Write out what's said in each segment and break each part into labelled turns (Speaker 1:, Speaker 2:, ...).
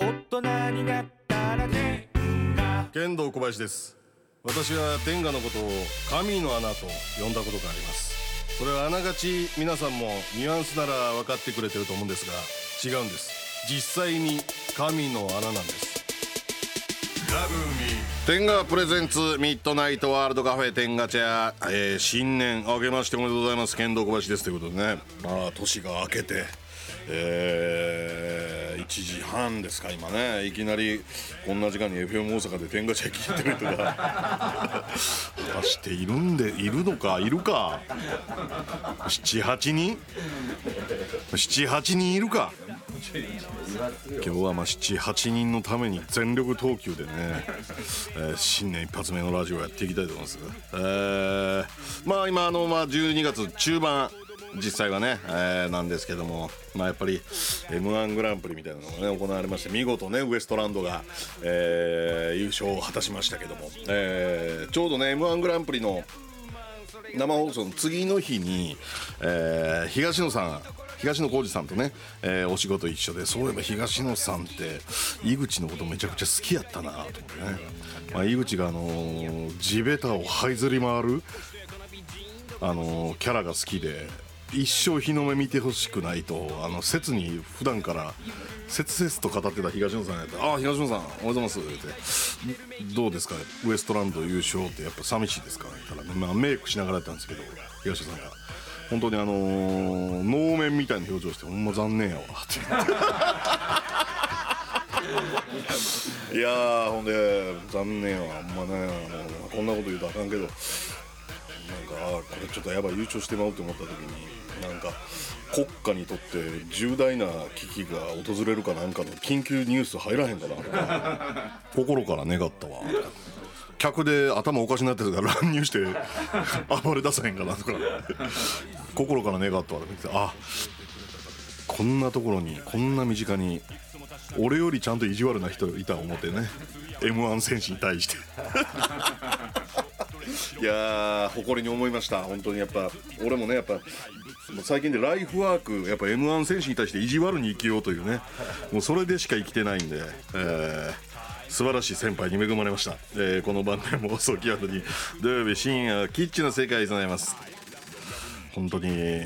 Speaker 1: 人になったらねが
Speaker 2: 剣道小林です私は天下のことを神の穴と呼んだことがありますそれはあながち皆さんもニュアンスなら分かってくれてると思うんですが違うんです実際に神の穴なんです天下プレゼンツミッドナイトワールドカフェ天下茶屋、えー新年明けましておめでとうございます剣道小林ですということでね
Speaker 3: まあ年が明けて、えー、1時半ですか今ねいきなりこんな時間に FM 大阪で天下茶屋聞いてる人が
Speaker 2: 果たしているんでいるのかいるか78人78人いるか今日はまあ78人のために全力投球でね、 えー新年一発目のラジオをやっていきたいと思います、えーまあ今あのまあ12月中盤実際はね、えーなんですけども、まあ、やっぱり m 1グランプリみたいなのがね行われまして見事ねウエストランドが、えー優勝を果たしましたけども、えーちょうどね m 1グランプリの生放送の次の日に、えー東野さん東野浩二さんとね、えーお仕事一緒でそういえば東野さんって井口のことめちゃくちゃ好きやったなと思ってね、まあ、井口が、あのー地べたを這いずり回る、あのーキャラが好きで一生日の目見てほしくないとあの切に普段から切々と語ってた東野さんやったら「ああ東野さんおはようございます」って「どうですかウエストランド優勝ってやっぱ寂しいですか?」って言ったら、ねまあ、メイクしながらやったんですけど東野さんが。本当にあのー能面みたいな表情してほんま残念やわって言って
Speaker 3: いやーほんで残念はあんまねあのこんなこと言うとあかんけどなんかあーこれちょっとやばい優勝してまうと思った時になんか国家にとって重大な危機が訪れるかなんかの緊急ニュース入らへんかな
Speaker 2: 心から願ったわ客で頭おかしになってるから乱入して 暴れ出さへんかなとか心から願ったわとか言ってあこんなところにこんな身近に俺よりちゃんと意地悪な人いた思ってね m 1選手に対して
Speaker 3: いやー誇りに思いました、本当にやっぱ、俺もね、やっぱ、もう最近でライフワーク、やっぱ m 1選手に対して意地悪に生きようというね、
Speaker 2: もうそれでしか生きてないんで、えー素晴らしい先輩に恵まれました、えーこの番組も遅き後に土曜日深夜キッチンの世界でございます本当に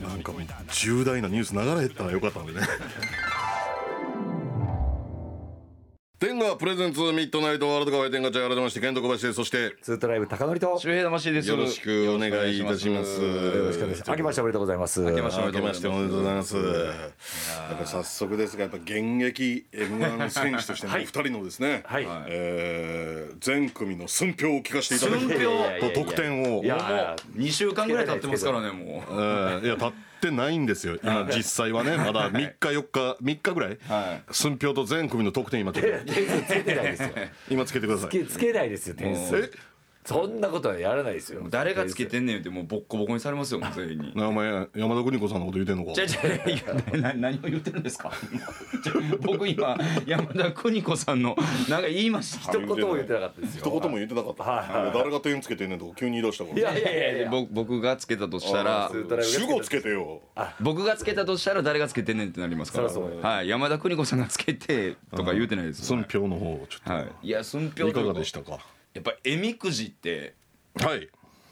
Speaker 2: なんかもう重大なニュース流れへったらよかったんでね
Speaker 3: 天がプレゼンツミッドナイトワールドカフェ、天がちゃん改めまして、ケント小林です、そして、
Speaker 4: ツートライブ高典と。
Speaker 5: 周平魂です。
Speaker 3: よろしくお願いいたします。
Speaker 4: よろしくお願いします。明けましておめでとうございます。
Speaker 5: 明けましてお
Speaker 3: 明
Speaker 5: めで
Speaker 3: け
Speaker 5: と
Speaker 3: まし
Speaker 5: うござい
Speaker 3: てお
Speaker 5: ま
Speaker 3: めでとうございます。やっぱ早速ですが、やっぱ現役 M1 選手としてのお二人のですね、
Speaker 4: はい
Speaker 3: えー全組の寸評を聞かせていただき
Speaker 5: 寸評
Speaker 2: と得点を
Speaker 4: いや
Speaker 5: す。もう二週間ぐらい経ってますからね、も
Speaker 2: えーいや立ってないんですよ今実際はねまだ3日4日3日ぐらい、
Speaker 5: は
Speaker 2: 寸評と全組の得点今つけて
Speaker 4: つけてないですよ。
Speaker 2: 今つけてくださ
Speaker 4: つ
Speaker 2: い
Speaker 4: けつけないですよ点数。
Speaker 2: え
Speaker 4: そんなことはやらないですよ
Speaker 5: う。。誰がつけてんねんってもうボッコボコにされますよ、もう全員に。
Speaker 2: なお前山田邦子さんのこと言うてんのか
Speaker 5: じゃじゃ 何を言ってるんですか。 ちょ僕今山田邦子さんのなんか言いました。
Speaker 4: 一言も言ってなかったですよ。
Speaker 3: 一言も言ってなかった、
Speaker 4: はい
Speaker 3: 誰が点つけてんねんとか急に言い出したから
Speaker 4: いやいやいやいや。
Speaker 5: 僕僕がつけたとしたら
Speaker 4: ツートライブ
Speaker 3: 主
Speaker 4: が
Speaker 3: 語つけてよ
Speaker 5: 僕がつけたとしたら誰がつけてんねんってなりますから
Speaker 4: そらそうよ
Speaker 5: はい山田邦子さんがつけてとか言うてないですよ
Speaker 2: 寸評の方をちょっと、
Speaker 5: はいいや寸評
Speaker 2: いか
Speaker 5: と
Speaker 2: が
Speaker 5: か
Speaker 2: でしたか
Speaker 5: やっぱえみくじって
Speaker 2: はい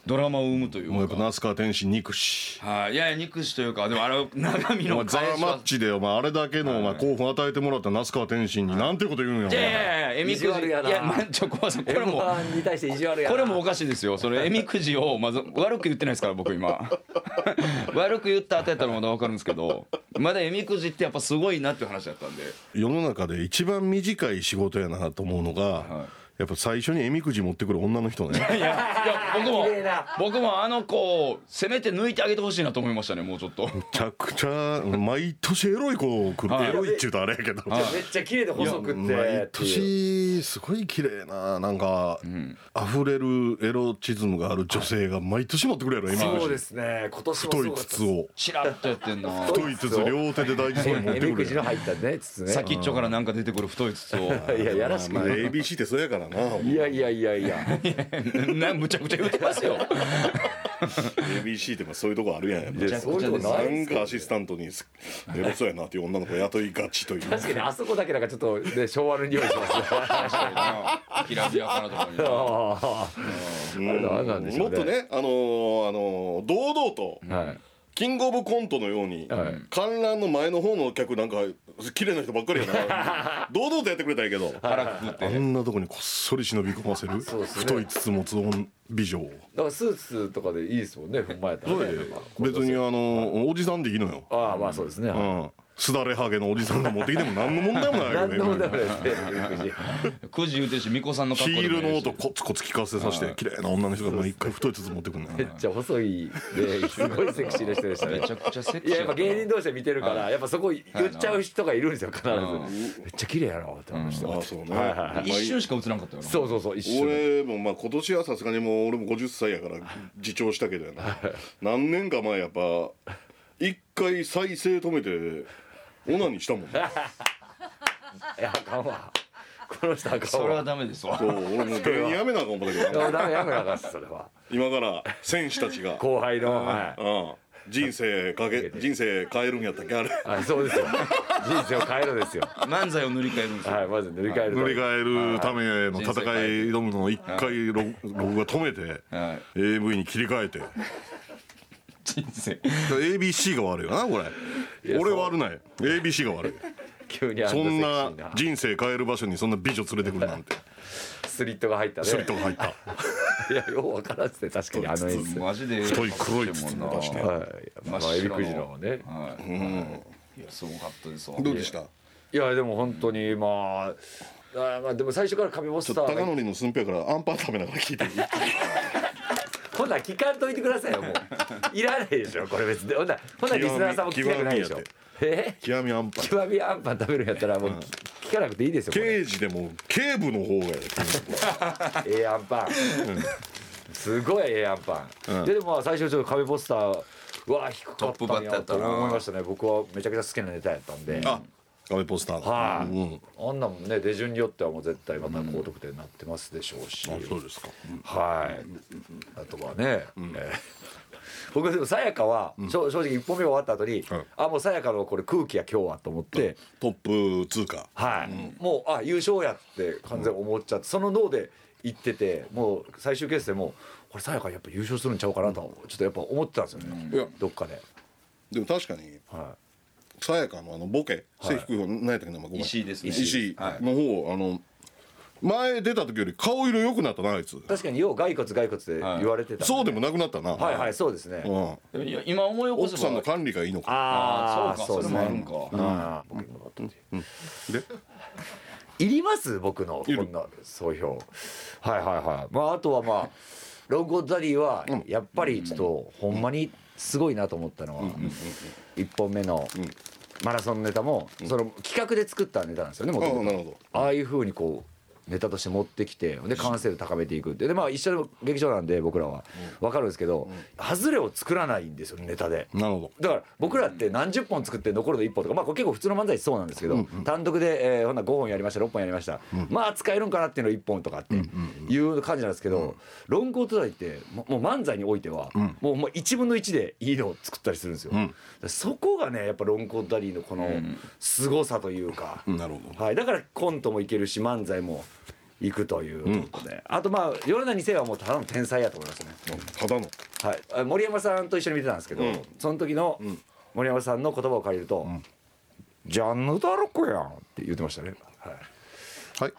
Speaker 5: ドラマを生むとい
Speaker 2: もうや
Speaker 5: う
Speaker 2: っぱ
Speaker 5: か
Speaker 2: 那須川天心憎し
Speaker 5: はいいやいや憎しというかでもあれは中身
Speaker 2: お前
Speaker 5: の
Speaker 2: ザ
Speaker 5: 返
Speaker 2: ー
Speaker 5: し
Speaker 2: マ
Speaker 5: は
Speaker 2: ッチでお前あれだけのお前興奮与えてもらった那須川天心になんてこと言うんやお
Speaker 5: いやい
Speaker 2: 前
Speaker 5: やいやえみくじ
Speaker 4: 意地悪やない
Speaker 5: やまあちょ怖さこ
Speaker 4: こ
Speaker 5: れ
Speaker 4: れも
Speaker 5: も
Speaker 4: に対して意地悪やな。
Speaker 5: これもおかしいですよそれえみくじをまず悪く言ってないですから僕今 悪く言った後やったらまだ分かるんですけどまだえみくじってやっぱすごいなっていう話だったんで
Speaker 2: 世の中で一番短い仕事やなと思うのが、やっぱ最初にえみくじ持ってくる女の人ね
Speaker 5: いやいや僕も
Speaker 4: 綺麗な
Speaker 5: 僕もあの子をせめて抜いてあげてほしいなと思いましたねもうちょっと
Speaker 2: めちゃくちゃ毎年エロい子を来る、
Speaker 5: はい
Speaker 2: エロいっちゅうとあれやけど、
Speaker 4: めっちゃ綺麗で細くって。
Speaker 2: 毎
Speaker 4: っていう
Speaker 2: 年すごい綺麗ななんか、溢れるエロチズムがある女性が毎年持ってくるやろえみ
Speaker 4: そう
Speaker 2: く
Speaker 4: で
Speaker 2: じ
Speaker 4: すね。今年も
Speaker 2: 太い
Speaker 4: そうだった
Speaker 2: 筒。を
Speaker 5: チラッとやってんな
Speaker 2: 太い筒を両手で大事そうに持っ
Speaker 4: え
Speaker 2: て
Speaker 4: み
Speaker 2: く
Speaker 4: く
Speaker 2: る
Speaker 4: じ
Speaker 2: や
Speaker 4: の
Speaker 2: ん
Speaker 4: 入ったね筒ね。
Speaker 5: 先っちょからなんか出てくる太い筒を
Speaker 4: いややらしく
Speaker 3: まあ
Speaker 4: ない。
Speaker 3: ABC ってそうやからな
Speaker 2: なほんま
Speaker 4: いやいやいやいや
Speaker 5: なむちゃくちゃ言ってますよ
Speaker 2: ABC ってまあそういうとこあるやんやっぱ
Speaker 4: いやそういうこと
Speaker 2: な
Speaker 4: ない
Speaker 2: ん
Speaker 4: ですけ
Speaker 2: か
Speaker 4: ど
Speaker 2: アシスタントにエロそうやなっていう女の子雇いがちという
Speaker 4: 確かに あそこだけなんかちょっと、ね、昭和の匂いしますね
Speaker 5: きらびやかなところに
Speaker 4: あ
Speaker 2: うん
Speaker 4: あれなんなんでしょ
Speaker 2: も
Speaker 4: うね
Speaker 2: っとねあのーあのー堂々と
Speaker 4: ーはい
Speaker 2: キングオブコントのように、
Speaker 4: はい
Speaker 2: 観覧の前の方の客なんか綺麗な人ばっかりや な堂々とやってくれたらいいけど
Speaker 5: 腹くくっ
Speaker 6: あ
Speaker 5: て
Speaker 6: んなとこにこっそり忍び込ませる、
Speaker 4: そうですね
Speaker 6: 太い筒持つ女美女を
Speaker 4: だからスーツとかでいいですもんね踏んまえたら、ねなんか
Speaker 6: 別にあのおじさんでいいのよ、
Speaker 4: ああまあそうですね、
Speaker 6: うん、すだれハゲのおじさんが持ってきても何の問題もないよ
Speaker 4: 何
Speaker 6: ね
Speaker 4: の問題もないですね
Speaker 5: く
Speaker 4: 育児
Speaker 5: じ言うてるし巫女さんの
Speaker 6: ヒ
Speaker 5: 格好で
Speaker 6: ー
Speaker 5: も
Speaker 6: ルの
Speaker 5: いいし
Speaker 6: 音コツコツ聞かせさせて綺麗な女の人が毎回太い筒持ってくんの
Speaker 4: めっ
Speaker 6: よ
Speaker 4: ちゃ細いですごいセクシーな人でしたね
Speaker 5: めちゃくちゃセクシ
Speaker 4: い
Speaker 5: ー
Speaker 4: ややっぱ芸人同士で見てるから、
Speaker 5: は
Speaker 4: やっぱそこ言っちゃう人がいるんですよ必ず、
Speaker 5: うん
Speaker 4: めっちゃ綺麗やなって思いました、
Speaker 2: ああそうね、
Speaker 4: はいはい
Speaker 2: まあ
Speaker 5: 一瞬しか映らんかったよな
Speaker 4: そうそうそう一緒に
Speaker 2: 俺もまあ今年はさすがにもう俺も50歳やから自重したけどやな何年か前やっぱ一回再生止めてオナにしたもんね
Speaker 4: いやあかんわこの人あかん
Speaker 5: それは
Speaker 4: わ
Speaker 5: ダメですわ
Speaker 2: そう俺もう芸人やめなあかん思ったけ
Speaker 4: いや
Speaker 2: ど
Speaker 4: ダメやめなあかんっすそれは
Speaker 2: 今から選手たちが、
Speaker 4: 後輩の、は
Speaker 2: うん、人生かけ人生変えるんやったっけあれ
Speaker 4: い、はい、そうですよ人生を変えるですよ
Speaker 5: 漫才を塗り替えるんですよ
Speaker 4: はいまず塗り替える
Speaker 6: 乗り
Speaker 4: え
Speaker 6: 換えるための戦い挑むのを一回録録画止めて
Speaker 5: はい
Speaker 6: AV に切り替えて
Speaker 5: 人生
Speaker 6: ABC が悪いよなこれ俺悪ない ABC が悪い
Speaker 4: 急にあん
Speaker 6: そんな
Speaker 4: なセクシーな
Speaker 6: 人生変える場所にそんな美女連れてくるなんて
Speaker 4: スリットが入ったね
Speaker 6: スリットが入った
Speaker 4: いやよう分からんっすね確かにあの演出
Speaker 5: マジで
Speaker 6: 太い黒い筒持たして
Speaker 4: はい、ま
Speaker 5: 真っ
Speaker 4: あ、エビ
Speaker 5: 白の
Speaker 4: くじのね、
Speaker 5: はいはいいやすごかったですわ
Speaker 2: どうでした
Speaker 4: いやでも本当にまああーまあでも最初からカビボ
Speaker 2: ちょ
Speaker 4: ス
Speaker 2: っ
Speaker 4: タ
Speaker 2: と高
Speaker 4: ー
Speaker 2: 典の寸評からアンパン食べながら聞いてる
Speaker 4: ほんなら聞かんといてくださいよもういらないでしょこれ別にほんならほんならリスナーさんも聞きたくないでしょ
Speaker 6: 極
Speaker 4: え
Speaker 6: 極みアン パン
Speaker 4: 極みあんぱん食べるんやったらもう聞聞かなくていいですよこれ
Speaker 6: 刑事でも警部の方がや
Speaker 4: ええあんぱんすごいええあんぱんででもまあ最初ちょっとカビボスターうわ低かったんやと思いましたね僕はめちゃくちゃ好きなネタやったんで
Speaker 6: あ壁ポスター
Speaker 4: はい、
Speaker 6: うん
Speaker 4: あんなもんね手順によってはもう絶対また高得点になってますでしょうし、
Speaker 6: あそうですか
Speaker 4: はい、あとはね、えー 僕でもさやかは、しょ正直一本目終わった後に、
Speaker 6: ん
Speaker 4: あもうさやかのこれ空気や今日はと思って、
Speaker 6: トップ通過
Speaker 4: はい、もうあ優勝やって完全に思っちゃって、その脳で行っててもう最終決戦もこれさやかやっぱ優勝するんちゃうかなとちょっとやっぱ思ってたんですよね、
Speaker 2: いや
Speaker 4: どっかで、
Speaker 2: でも確かに
Speaker 4: は
Speaker 2: さやかのあのボケ背低い方何やったっけなごめん
Speaker 5: 石井ですね
Speaker 2: 石井
Speaker 5: はい
Speaker 2: の方あの前出た時より顔色良くなったなあいつ
Speaker 4: い、確かによう骸骨骸骨で言われてたん
Speaker 2: そうでもなくなったな
Speaker 4: はいはいそうですね、
Speaker 2: うん
Speaker 5: いや今思い起こ
Speaker 2: 奥
Speaker 5: せば
Speaker 2: さんの管理がいいのか
Speaker 5: あ
Speaker 4: あ
Speaker 5: あ
Speaker 4: あ
Speaker 5: そうかそれもあるんか
Speaker 4: あー
Speaker 6: で
Speaker 4: いります僕のこんな総評はいはいはいまああとはまあロングコートダディはやっぱりちょっとほんまにすごいなと思ったのは1本目のマラソンネタもその企画で作ったネタなんですよね
Speaker 2: ああ
Speaker 4: も
Speaker 2: な
Speaker 4: と
Speaker 2: る
Speaker 4: もと
Speaker 2: ほ
Speaker 4: ああいうふうにこうネタとして持ってきてで完成度高めていくってでまあ一緒の劇場なんで僕らは分かるんですけど外れを作らないんですよネタで。
Speaker 6: なるほ
Speaker 4: だから僕らって何十本作って残るの1本とか、まあ、これ結構普通の漫才そうなんですけど、単独で、えーほんなら5本やりました6本やりました、まあ使えるんかなっていうの1本とかっていう感じなんですけど、ロングコートダディってももう漫才においては、もうもう1分の1でいいのを作ったりするんですよ、だからそこがねやっぱロングコートダディのこの凄さというか、
Speaker 6: どなるほ
Speaker 4: はい、だからコントもいけるし漫才もいくということで、あとまあ米谷聖はもうただの天才やと思いますね。
Speaker 2: どただの
Speaker 4: はいあ、森山さんと一緒に見てたんですけど、その時の森山さんの言葉を借りると「ジャンヌ・ダルクやん」って言ってましたね、はい、
Speaker 6: はい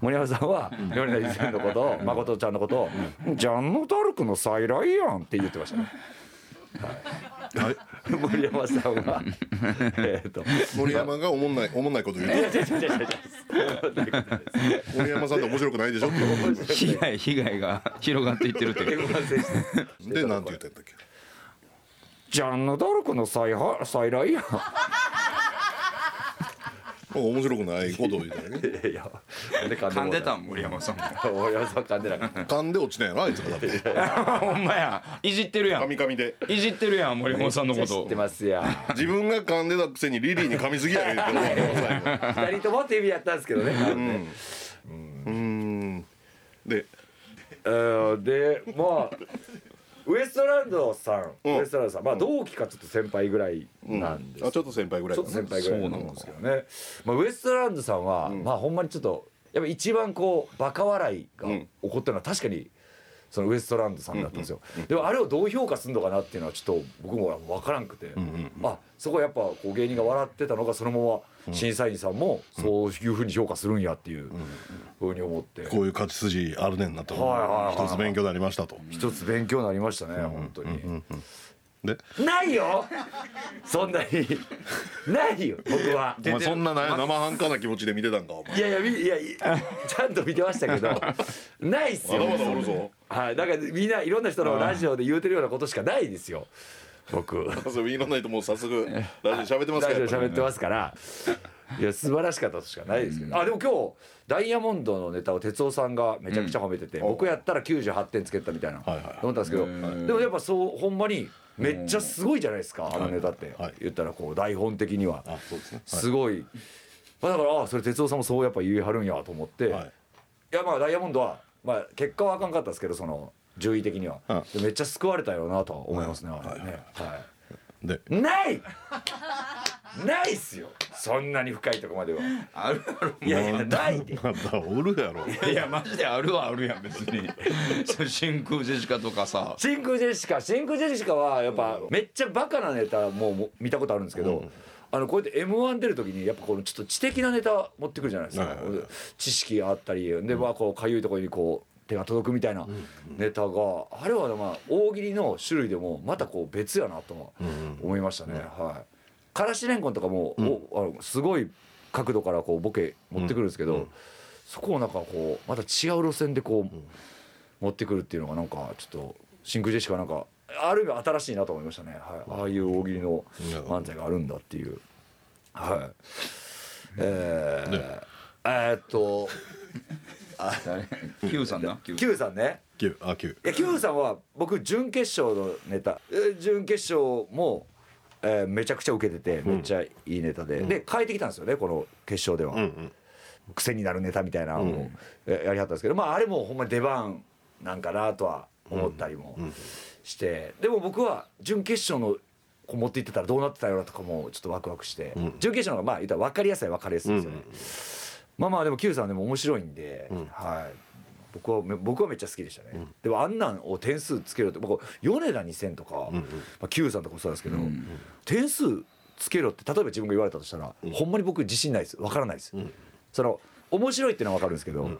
Speaker 4: 森山さんは米田さんのことを誠ちゃんのことを「ジャンヌ・ダルクの再来やん」って言ってましたね
Speaker 6: はい
Speaker 4: 森山さんは えーっと
Speaker 2: 森山がおもんないおもんないこと言う
Speaker 4: 違う違う違う違う
Speaker 2: 森山さんって面白くないでしょって言う
Speaker 5: 被害被害が広がっていってるという
Speaker 4: M1 選手
Speaker 2: でなんて言ってんだっけ
Speaker 4: ジャンヌ・ダルクの再は再来やん
Speaker 2: なんか面白くないことを言うたよね
Speaker 4: いやいや
Speaker 5: 噛
Speaker 4: 噛
Speaker 5: んでたん森山さん
Speaker 4: 森山さん噛んでなかった
Speaker 2: 噛んで落ちたんやろあいつがだって
Speaker 5: ほんまやいじってるや
Speaker 2: 噛み
Speaker 5: ん
Speaker 2: 噛みで
Speaker 5: いじってるやん森山さんのこ
Speaker 4: 知
Speaker 5: と
Speaker 4: ってますやん
Speaker 2: 自分が噛んでたくせにリリーに噛みすぎやねんって思うよ最後
Speaker 4: 二人ともって意味やったんですけどね。うん、
Speaker 2: うで
Speaker 4: えーでまあウエストランドさん、
Speaker 2: うん
Speaker 4: ウエストランドさんまあ同期かちょっと先輩ぐらいなんです、
Speaker 2: あちょっと先輩ぐらい
Speaker 4: ちょ
Speaker 2: か
Speaker 4: っ
Speaker 2: な
Speaker 4: と先輩ぐらいなんですけどね、まあ、ウエストランドさんは、まあほんまにちょっとやっぱ一番こうバカ笑いが起こったのは確かにそのウエストランドさんだったんですよ、でもあれをどう評価するのかなっていうのはちょっと僕も分からんくて、あそこはやっぱこう芸人が笑ってたのがそのまま審査員さんもそういうふうに評価するんやっていうふうに思って、
Speaker 6: こういう勝ち筋あるねんなと、
Speaker 4: はいはいはいはい
Speaker 6: 一つ勉強になりましたと
Speaker 4: 一つ勉強になりましたね、本当に。
Speaker 6: で
Speaker 4: ないよそんなにないよ僕は
Speaker 6: お前そんなな生半可な気持ちで見てたんかお前
Speaker 4: いやいやみいやいちゃんと見てましたけど ないっす
Speaker 2: ま
Speaker 4: よ
Speaker 2: だまだおるぞ
Speaker 4: はいだからみんないろんな人のラジオで言うてるようなことしかないですよ僕ラ
Speaker 2: それ見ないともう早速ラジオで喋ってますから
Speaker 4: ジオで
Speaker 2: やっぱり
Speaker 4: 喋ってますからいや素晴らしかったとしかないですけど、あでも今日ダイヤモンドのネタを哲夫さんがめちゃくちゃ褒めてて、僕やったら98点つけたみたいな、
Speaker 6: はいはい
Speaker 4: 思ったんですけど、でもやっぱそうほんまにめっちゃすごいじゃないですか、あのネタって、
Speaker 6: はい
Speaker 4: 言ったらこう台本的には、
Speaker 6: あそうですね
Speaker 4: すごい、まあ、だからあそれ哲夫さんもそうやっぱ言いはるんやと思って、
Speaker 6: はいい、
Speaker 4: やまあダイヤモンドは、まあ、結果はあかんかったですけどその順位的には、
Speaker 6: うん
Speaker 4: でめっちゃ救われたよなとは思いますね、あれね、はい
Speaker 6: で
Speaker 4: ないないっすよそんなに深いとこまでは
Speaker 5: あるある
Speaker 4: いやいやないで
Speaker 6: まだおるやろ
Speaker 5: いやマジであるはあるやん別 にそう真空ジェシカとかさ
Speaker 4: 真空ジェシカ真空ジェシカはやっぱめっちゃバカなネタももう見たことあるんですけど、あのこうやって m 1出る時にやっぱこのちょっと知的なネタ持ってくるじゃないですか、
Speaker 6: はいはいはい
Speaker 4: 知識があったりでまあこうかゆいところにこう手が届くみたいなネタが、あれはまあ大喜利の種類でもまたこう別やなとは思いましたね、はい。からしれんこんとかも、おあのすごい角度からこうボケ持ってくるんですけど、そこをなんかこうまた違う路線でこう、持ってくるっていうのがなんかちょっと真空ジェシカなんかある意味新しいなと思いましたね、はい、ああいう大喜利の漫才があるんだっていうはいえーえーっと
Speaker 5: Q さんな Q
Speaker 4: Q さんね
Speaker 6: 9あ9
Speaker 4: いや Q さんは僕準決勝のネタえー準決勝も、えーめちゃくちゃ受けててめっちゃいいネタで、で変えてきたんですよねこの決勝では、癖になるネタみたいなのをえやりはったんですけど、まああれもほんまに出番なんかなとは思ったりもして、でも僕は準決勝のこう持っていってたらどうなってたよなとかもちょっとワクワクして、準決勝の方がまあ言ったら分かりやすいは分かりやすいですよね、まあまあでも Q さんでも面白いんで、はい僕はめ僕はめっちゃ好きでしたね、でもあんなんを点数つけろって僕米田2000とか、まあ、Q さんとかもそうなんですけど、点数つけろって例えば自分が言われたとしたら、ほんまに僕自信ないですわからないです、その面白いっていうのはわかるんですけど、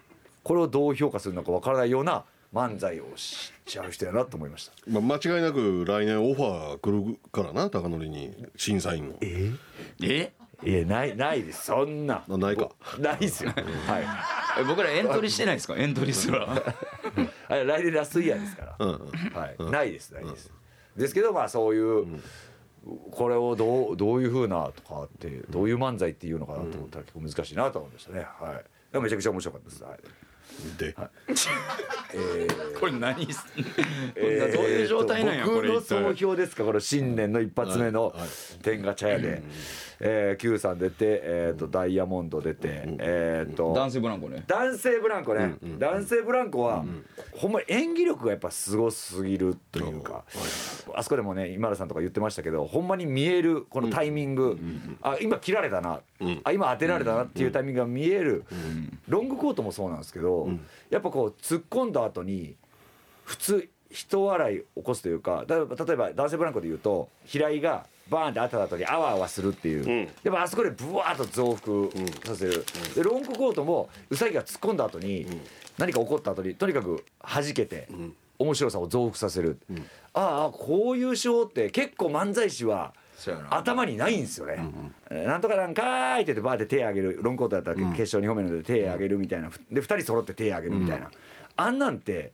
Speaker 4: これをどう評価するのかわからないような漫才をしちゃう人やなと思いました
Speaker 6: まあ、間違いなく来年オファー来るからな高典に審査員の
Speaker 5: え
Speaker 4: いやないないですそんな
Speaker 6: あないか
Speaker 4: ないですよはい
Speaker 5: え僕らエントリーしてないですかエントリーすら
Speaker 4: あれ来年ラストイヤーですから、はい、ないですないです、ですけどまあそういう、これをどうどういうふうなとかってどういう漫才っていうのかなと思ったら結構難しいなと思いましたね、はいだからめちゃくちゃ面白かったです、はい、
Speaker 6: で、
Speaker 5: これ何す こんなどういう状態なんやこ
Speaker 4: 僕
Speaker 5: れ
Speaker 4: の
Speaker 5: 一体
Speaker 4: 総評ですかこの新年の一発目の天下茶屋で、えー、Q さん出て、えー、とダイヤモンド出て、えー、と
Speaker 5: 男性ブランコね
Speaker 4: 男性ブランコね、男性ブランコは、ほんまに演技力がやっぱすごすぎるというか、あそこでもね今田さんとか言ってましたけどほんまに見えるこのタイミング、あ今切られたな、あ今当てられたなっていうタイミングが見える、ロングコートもそうなんですけど、やっぱこう突っ込んだ後に普通人笑い起こすというかだ例えば男性ブランコで言うと平井がバーンって当たった後にあわあわするっていう、やっぱあそこでブワーッと増幅させる、でロングコートもウサギが突っ込んだ後に、何か起こった後にとにかく弾けて、面白さを増幅させる、ああこういう手法って結構漫才師は
Speaker 5: そうやな
Speaker 4: 頭にないんですよね、えーなんとかなんかーいって言ってバーって手上げるロングコートだったら決勝2本目なので手上げるみたいな、で2人揃って手上げるみたいな、あんなんて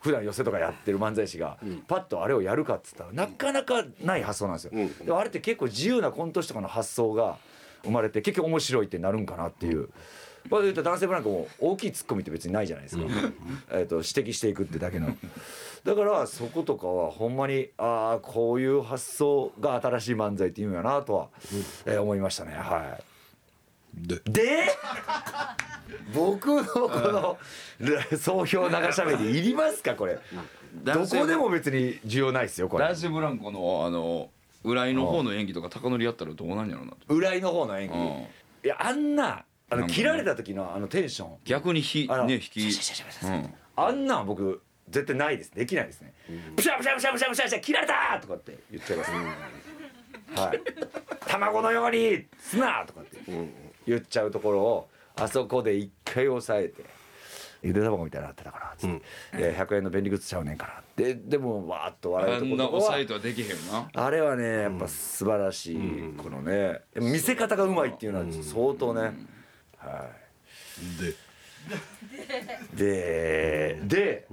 Speaker 4: 普段寄せとかやってる漫才師がパッとあれをやるかっつったらなかなかない発想なんですよ、でもあれって結構自由なコント師とかの発想が生まれて結局面白いってなるんかなっていう。まあ、言うと男性ブランコも大きいツッコミって別にないじゃないですか、 えー、と指摘していくってだけのだからそことかはほんまにああこういう発想が新しい漫才っていうんやなとは、えー思いましたねはい
Speaker 6: で
Speaker 4: で 僕のこのら 総評長しゃべりいりますかこれど
Speaker 5: 男性
Speaker 4: こでも別に需要ないですよこれ
Speaker 5: 男子ブランコのあの浦井の方の演技とか高典やったらどうなんやろうなって
Speaker 4: 浦井の方の演技
Speaker 5: うん
Speaker 4: いやあんなあ
Speaker 5: なんか
Speaker 4: の
Speaker 5: ね
Speaker 4: 切られた時のあのテンション
Speaker 5: 逆にひ
Speaker 4: あら
Speaker 5: ね引き
Speaker 4: シャシャシャシャ
Speaker 5: う
Speaker 4: シャ
Speaker 5: ん
Speaker 4: あんなん僕絶対ないですできないですねプシャプシャプシャプシャプシャプシャ切られたーとかって言っちゃいますはい卵のように砂とかって言っちゃうところをあそこで一回押さえてゆで卵みたいになってたからつって、えー100円の便利グッズちゃうねんからででもわーっと笑
Speaker 5: あ
Speaker 4: うとこ
Speaker 5: ん
Speaker 4: ろ
Speaker 5: な
Speaker 4: とかは
Speaker 5: 抑えとはできへんよな
Speaker 4: あれはねやっぱ素晴らしい、このねでも見せ方がうまいっていうのは相当ね、は
Speaker 6: で
Speaker 4: い、でで、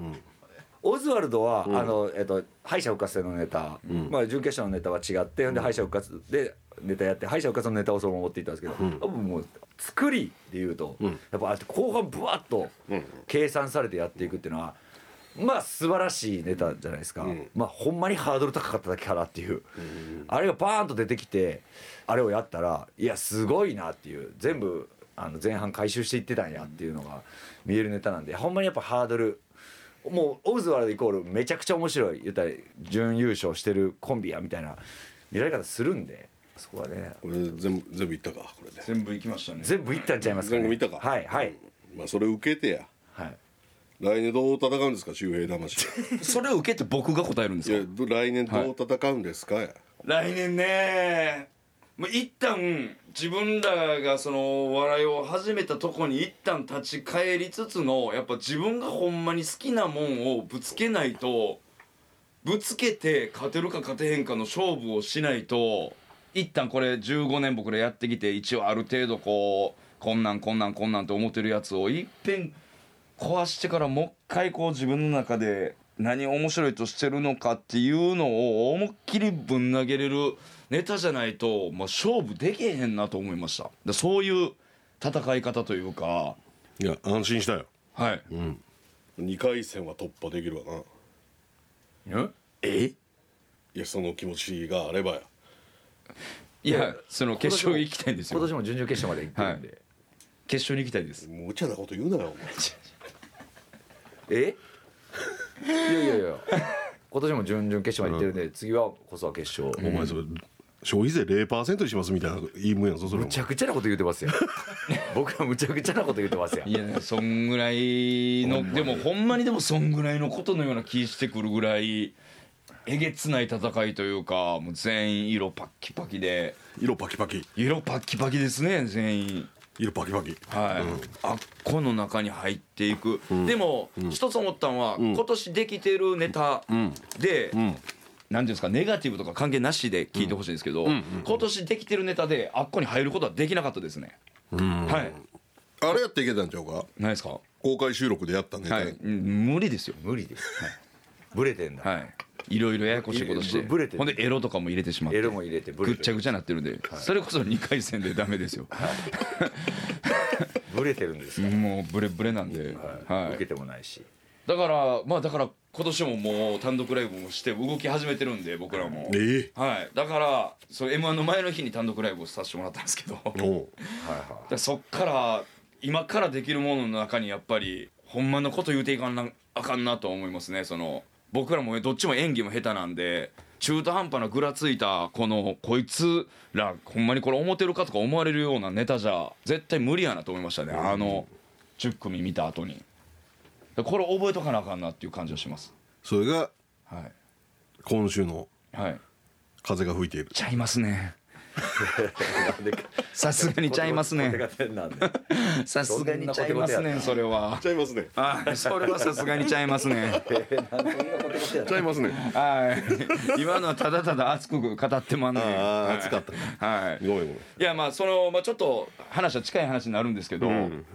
Speaker 4: オズワルドは、あのえっと敗者復活戦のネタ、まあ準決勝のネタは違ってほんで敗者復活でネタやって敗者復活のネタをそのまま持っていったんですけど、多分もう作りでいうと、やっぱああやって後半ぶわっと計算されてやっていくっていうのは。まあ素晴らしいネタじゃないですか、まあほんまにハードル高かっただけかなっていう、あれがバーンと出てきてあれをやったらいやすごいなっていう全部あの前半回収していってたんやっていうのが見えるネタなんでほんまにやっぱハードルもうオズワルドイコールめちゃくちゃ面白い言ったら準優勝してるコンビやみたいな見られ方するんでそこはね
Speaker 2: これ全部全部いったかこれで
Speaker 5: 全部いきましたね
Speaker 4: 全部いったんちゃいますか、ね、
Speaker 2: 全部いったか
Speaker 4: はいはい、
Speaker 2: まあそれ受けてや
Speaker 4: はい
Speaker 2: 来年どう戦うんですか周平 魂
Speaker 5: それを受けて僕が答えるんです
Speaker 2: いや
Speaker 5: か
Speaker 2: ど来年どう戦うんですかや、
Speaker 5: 来年ねまあ、一旦自分らがそのお笑いを始めたとこに一旦立ち返りつつのやっぱ自分がほんまに好きなもんをぶつけないとぶつけて勝てるか勝てへんかの勝負をしないと一旦これ15年僕らやってきて一応ある程度こうこんなんこんなんこんなんって思ってるやつをいっぺん壊してからもう一回こう自分の中で何を面白いとしてるのかっていうのを思いっきりぶん投げれるネタじゃないと、まあ、勝負できへんなと思いましただからそういう戦い方というか
Speaker 6: いや安心したよ
Speaker 5: はい、
Speaker 2: 2回戦は突破できるわな
Speaker 4: え
Speaker 2: いやその気持ちがあればや
Speaker 5: いやその決勝行きたいんです
Speaker 4: 今
Speaker 5: よ
Speaker 4: 年も準々決勝まで行ってるんで、
Speaker 5: 決勝に行きたいです
Speaker 2: 無茶なこと言うなよお前
Speaker 4: えいやいやいや今年も準々決勝まで行ってるんで、次はこそは決勝、
Speaker 6: お前それ消費税0%にしますみたいな言い分やんぞそれ
Speaker 4: む
Speaker 6: も
Speaker 4: ちゃくちゃなこと言う てますよ僕はむちゃくちゃなこと言うてますよ
Speaker 5: いやそんぐらいのでもほんまにでもそんぐらいのことのような気してくるぐらいえげつない戦いというかもう全員色パッキパキで
Speaker 6: 色パキパキ
Speaker 5: 色パッキパキですね全員。
Speaker 6: 色パキパキ
Speaker 5: はいあっこの中に入っていく、でも、一つ思ったのは、今年できてるネタで、なんていうんですかネガティブとか関係なしで聞いてほしいんですけど、今年できてるネタであっこに入ることはできなかったですね、はい
Speaker 2: あれやっていけたんちゃうか
Speaker 5: ないですか、は
Speaker 2: 公開収録でやったね、
Speaker 5: い、うん無理ですよ
Speaker 4: 無理です、ブレてんだ、
Speaker 5: はいいろいろややこしいことして
Speaker 4: いぶぶれてる
Speaker 5: ほんでエロとかも入れてしまって
Speaker 4: エロも入れてブ
Speaker 5: ぐ
Speaker 4: レ
Speaker 5: ってちゃ
Speaker 4: る
Speaker 5: ぐちゃになってるんで、それこそ2回戦でダメですよ、
Speaker 4: ブレてるんですか
Speaker 5: もうブレブレなんで、
Speaker 4: ら、
Speaker 5: はい
Speaker 4: 受けてもないし
Speaker 5: だからまあだから今年ももう単独ライブもして動き始めてるんで僕らも、
Speaker 6: え
Speaker 5: はいだからそれ m 1の前の日に単独ライブをさせてもらったんですけどだ
Speaker 6: え
Speaker 5: か
Speaker 6: おう
Speaker 4: はいは
Speaker 5: らそっから今からできるものの中にやっぱりほんまのこと言うていかんなあかんなと思いますねその僕らもどっちも演技も下手なんで中途半端なぐらついたこのこいつらほんまにこれ思ってるかとか思われるようなネタじゃ絶対無理やなと思いましたねあの10組見た後にだからこれ覚えとかなあかんなっていう感じはします
Speaker 6: それが
Speaker 5: はい
Speaker 6: 今週の
Speaker 5: はい
Speaker 6: 風が吹いている
Speaker 5: ちゃいますね
Speaker 4: いなんで
Speaker 5: さすがにちゃいます
Speaker 4: コテ
Speaker 5: ね
Speaker 4: コテなんで
Speaker 5: さすがにちゃいますねそれは
Speaker 2: ちゃいますね
Speaker 5: はいそれはさすがにちゃいますね
Speaker 2: ちゃいますね
Speaker 5: はい今のはただただ熱く語ってまんねん
Speaker 6: あ
Speaker 5: は
Speaker 6: あ
Speaker 5: い
Speaker 6: 暑かったね
Speaker 5: はい
Speaker 6: ごめんごめん
Speaker 5: いやまあその、まあ、ちょっと話は近い話になるんですけど、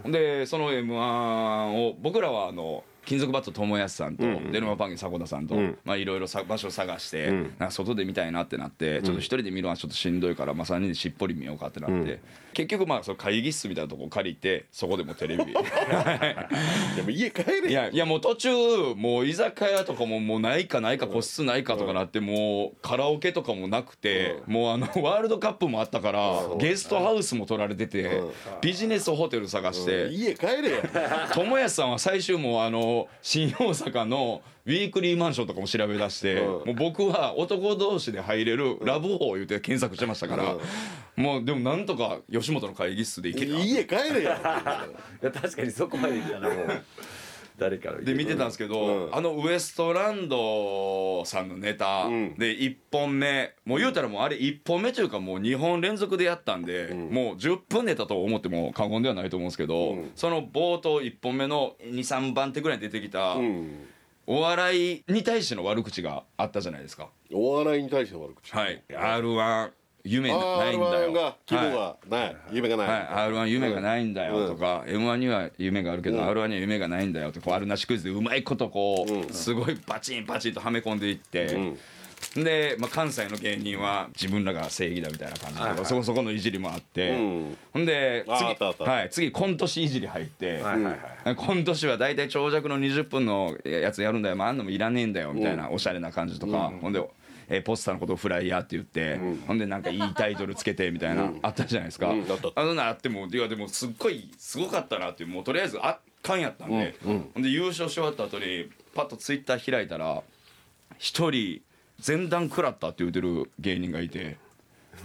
Speaker 5: でその m 1を僕らはあの金属バット友康さんと、デルマパンゲン迫田さんと、まあいろいろさ場所探して、なんか外で見たいなってなって、ちょっと一人で見るのはちょっとしんどいから、まあ、3人でしっぽり見ようかってなって、結局まあその会議室みたいなとこ借りてそこでもテレビ
Speaker 2: でも家帰れ
Speaker 5: いやいやもう途中もう居酒屋とかももうないかないか個室ないかとかなってもうカラオケとかもなくてもうあの ワールドカップもあったからゲストハウスも取られててビジネスホテル探して
Speaker 2: 家帰れや
Speaker 5: 友康さんは最終もうあの新大阪のウィークリーマンションとかも調べ出してもう僕は男同士で入れるラブホー言うて検索してましたからもうでもなんとか吉本の会議室で行けた
Speaker 2: 家帰れや
Speaker 4: いや確かにそこまでいったなもう誰から
Speaker 5: で見てたんですけど、
Speaker 2: うん
Speaker 5: あのウエストランドさんのネタ
Speaker 2: ん
Speaker 5: で1本目もう言うたらもうあれ1本目というかもう2本連続でやったんで、もう10分ネタと思っても過言ではないと思うんですけど、その冒頭1本目の23番手ぐらいに出てきた、
Speaker 2: うん
Speaker 5: お笑いに対しての悪口があったじゃないですか。
Speaker 2: お笑いに対して悪口
Speaker 5: はい、R1 夢ないんだ
Speaker 2: R1
Speaker 5: よ
Speaker 2: が規模
Speaker 5: はい
Speaker 2: がない夢がない
Speaker 5: はい、R1 夢がないんだよとか、M1 には夢があるけど、R1 には夢がないんだよってこうあるなしクイズでうまいことこう、すごいバチンバチンとはめ込んでいって、で、まあ、関西の芸人は自分らが正義だみたいな感じで、そこそこのいじりもあって、
Speaker 2: うん
Speaker 5: ほんで
Speaker 2: ああったあった
Speaker 5: 次,、はい、次今年いじり入って、今年は大体長尺の20分のやつやるんだよ、まあ、あんのもいらねえんだよみたいなおしゃれな感じとか、ほんで、えーポスターのことをフライヤーって言って、ほんでなんかいいタイトルつけてみたいな、あったじゃないですか、
Speaker 2: うんあったあった
Speaker 5: あのなあってもいやでもすっごいすごかったなっていうもうとりあえず圧巻やったんで、ほんで優勝し終わった後にパッとツイッター開いたら一人前段食らったって言うてる芸人がいて。
Speaker 4: こ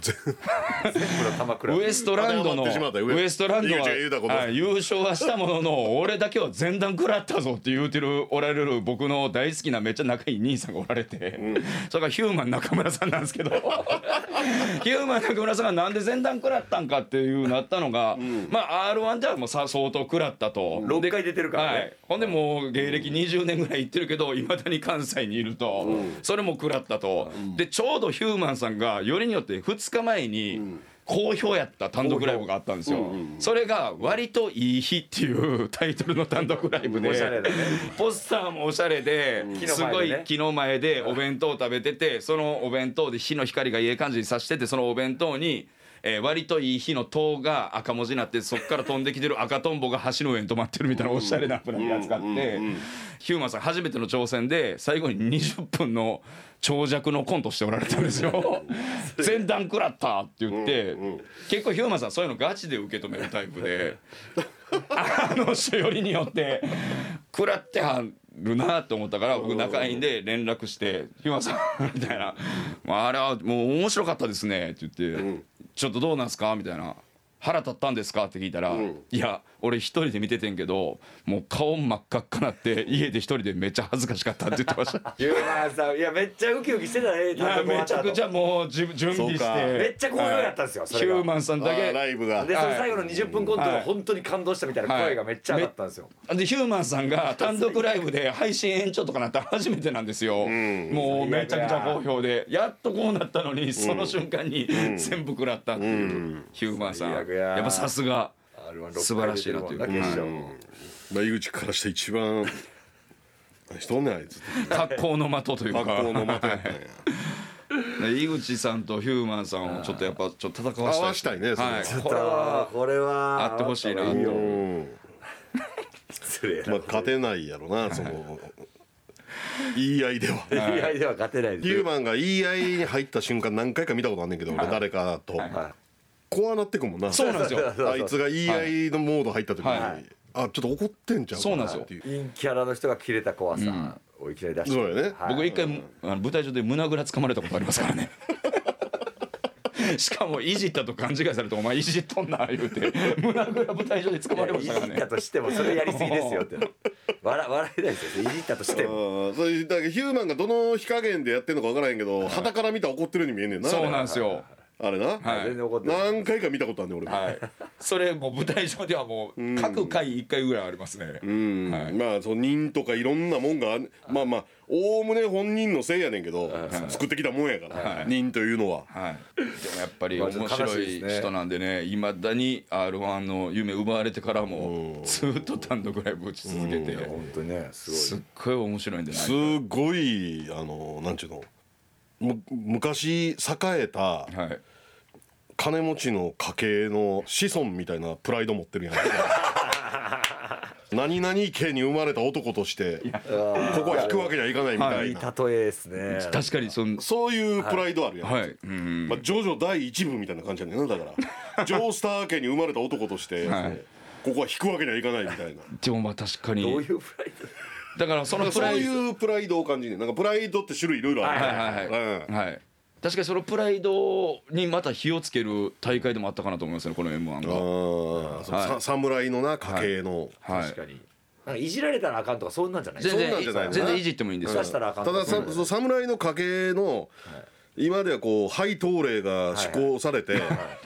Speaker 4: れ玉倉
Speaker 5: ウエストランドの
Speaker 2: 当てはまってしまったよ
Speaker 5: ウエストランドは
Speaker 2: 井口が言うたこと
Speaker 5: はい優勝はしたものの俺だけは前段食らったぞって言うてるおられる僕の大好きなめっちゃ仲いい兄さんがおられて、それがヒューマン中村さんなんです けどヒューマン中村さんがなんで前段食らったんかっていうなったのが、まあ r 1ではもうさ相当食らったと。
Speaker 4: 6回出てるから
Speaker 5: は
Speaker 4: ね、
Speaker 5: い、ほんでもう芸歴20年ぐらい行ってるけどいまだに関西にいると、それも食らったと、でちょうどヒューマンさんがよりによって2日前に好評やった単独ライブがあったんですよ、それが「割といい日」っていうタイトルの単独ライブで
Speaker 4: おしゃれだね
Speaker 5: ポスターもおしゃれで、
Speaker 4: 木の
Speaker 5: す
Speaker 4: 前でね
Speaker 5: ごい木の前でお弁当を食べててそのお弁当で火の光がいい感じにさしててそのお弁当に。えー割といい火の塔が赤文字になってそこから飛んできてる赤とんぼが橋の上に止まってるみたいなおしゃれなフライヤー使ってヒューマンさん初めての挑戦で最後に20分の長尺のコントしておられたんですよ 前段食らったって言って結構ヒューマンさんそういうのガチで受け止めるタイプであの人よりによって食らってはるなと思ったから僕仲いいんで連絡して「ヒューマンさん」みたいな「まああれはもう面白かったですね」って言って「ちょっとどうなんすか?」みたいな「腹立ったんですか?」って聞いたら「いや俺一人で見ててんけどもう顔真っ赤っかなって家で一人でめっちゃ恥ずかしかった」って言ってました
Speaker 4: ヒューマンさん いやめっちゃウキウキしてたね
Speaker 5: いやめちゃくち
Speaker 4: ゃ
Speaker 5: ゃもうじゅ準備し
Speaker 2: そうか
Speaker 5: て
Speaker 4: めっちゃ好評やったんですよ
Speaker 5: はい
Speaker 4: そ
Speaker 5: ヒ
Speaker 4: れが
Speaker 5: ューマンさんだ
Speaker 2: あ
Speaker 5: け
Speaker 2: ーライブが
Speaker 4: でその最後の20分コント
Speaker 5: は
Speaker 4: が
Speaker 5: い
Speaker 4: 本当に感動したみたいな声がめっちゃ上がったんですよ、
Speaker 5: でヒューマンさん が単独ライブで配信延長とかなって初めてなんですよ、もうめちゃくちゃ好評でやっとこうなったのにその瞬間に全部食らったっていう、ヒューマンさん
Speaker 4: 最
Speaker 5: や
Speaker 4: 悪や
Speaker 5: っぱさすが
Speaker 4: R16
Speaker 5: 素晴らしいなという
Speaker 4: 回出てるもんな決
Speaker 2: まあ井口からして一番 何しとんねんあい つ
Speaker 5: 格好の的というか
Speaker 2: 学校の的やったんや
Speaker 5: ね井口さんとヒューマンさんをちょっとやっぱちょっと戦わせ
Speaker 2: 合
Speaker 5: たい
Speaker 2: わしたいねそれ
Speaker 5: はい
Speaker 4: 勝
Speaker 5: これは
Speaker 4: これは
Speaker 5: あってほしいなと
Speaker 4: よ
Speaker 2: うん
Speaker 4: 失礼な
Speaker 2: まあ勝てないやろなその 言い合いでは
Speaker 4: 言い合いでは勝てないです
Speaker 2: ヒューマンが言い合いに入った瞬間何回か見たことあんねんけど俺誰かとこうなってくもんな
Speaker 5: そうなんですよ
Speaker 2: あいつが言い合いのモード入った時に
Speaker 5: はい
Speaker 2: あちょっと怒ってんちゃうかなっていう
Speaker 4: 陰キャラの人が切れた怖さをいきなり出して
Speaker 2: そうやね
Speaker 4: はい
Speaker 5: 僕一回、あの舞台上で胸ぐらつかまれたことありますから ねしかもいじったと勘違いされて「お前いじっとんな」言うて胸ぐら舞台上でつかまれま
Speaker 4: い
Speaker 5: したから
Speaker 4: じっ
Speaker 5: ね
Speaker 4: たとしてもそれやりすぎですよって笑笑えないですよいじったとしても
Speaker 2: あーそれだからヒューマンがどの火加減でやってんのか分からへんけど、はたから見たら怒ってるように見えんねんな
Speaker 5: そうなんです
Speaker 2: よ
Speaker 5: よ
Speaker 2: あれな、
Speaker 4: はい全然怒ってない
Speaker 2: 何回か見たことあるね俺も、
Speaker 5: はい、それも舞台上ではもう各回1回ぐらいありますね、
Speaker 2: うん
Speaker 5: はい
Speaker 2: まあその人とかいろんなもんがあんまあまあおおむね本人のせいやねんけど、作ってきたもんやから、
Speaker 5: はい
Speaker 2: 人というのは、
Speaker 5: はい、でもやっぱり
Speaker 4: まあ
Speaker 5: 面
Speaker 4: ちょっと悲
Speaker 5: 白
Speaker 4: しい
Speaker 5: い
Speaker 4: ですね
Speaker 5: 人なんでねいまだに r 1の夢奪われてからもずっと単独ライブ打ち続けて
Speaker 4: 本当にねすごい
Speaker 5: すっごい面白いんでない
Speaker 2: すごいあのなんちゅうのむ昔栄えた
Speaker 5: はい、
Speaker 2: 金持ちの家系の子孫みたいなプライド持っ てるやん何々家に生まれた男としてここは引くわけにはいかないみたいな、
Speaker 4: 例えですね
Speaker 5: 確かにその
Speaker 2: そういうプライドあるやん、
Speaker 5: はい、うん
Speaker 2: まあ、ジョジョ第一部みたいな感じやねんなだか らジョースター家に生まれた男として、
Speaker 5: はい
Speaker 2: ここは引くわけにはいかないみたいな
Speaker 5: でもまあ確か
Speaker 4: どう
Speaker 5: に
Speaker 4: いうプライド
Speaker 5: だからそのプ
Speaker 2: そう
Speaker 5: ライド
Speaker 2: いうプライドを感じるねんなんかプライドって種類いろいろある
Speaker 5: はいはいはい、はい確かにそのプライドにまた火をつける大会でもあったかなと思いますねこの m 1が
Speaker 2: うんあーそう
Speaker 5: はい
Speaker 2: さ侍のな家系の、
Speaker 5: は
Speaker 4: 確
Speaker 5: い
Speaker 4: かになんかいじられたらあかんとかそんなんじゃない
Speaker 5: 全
Speaker 2: そんなん
Speaker 5: 然
Speaker 2: じゃないの
Speaker 5: 全然いじってもいいんですよ
Speaker 4: 出したらあかん
Speaker 2: た
Speaker 4: と
Speaker 2: だ
Speaker 4: か
Speaker 2: さ、その侍の家系の、今ではこう配当令が施行されて、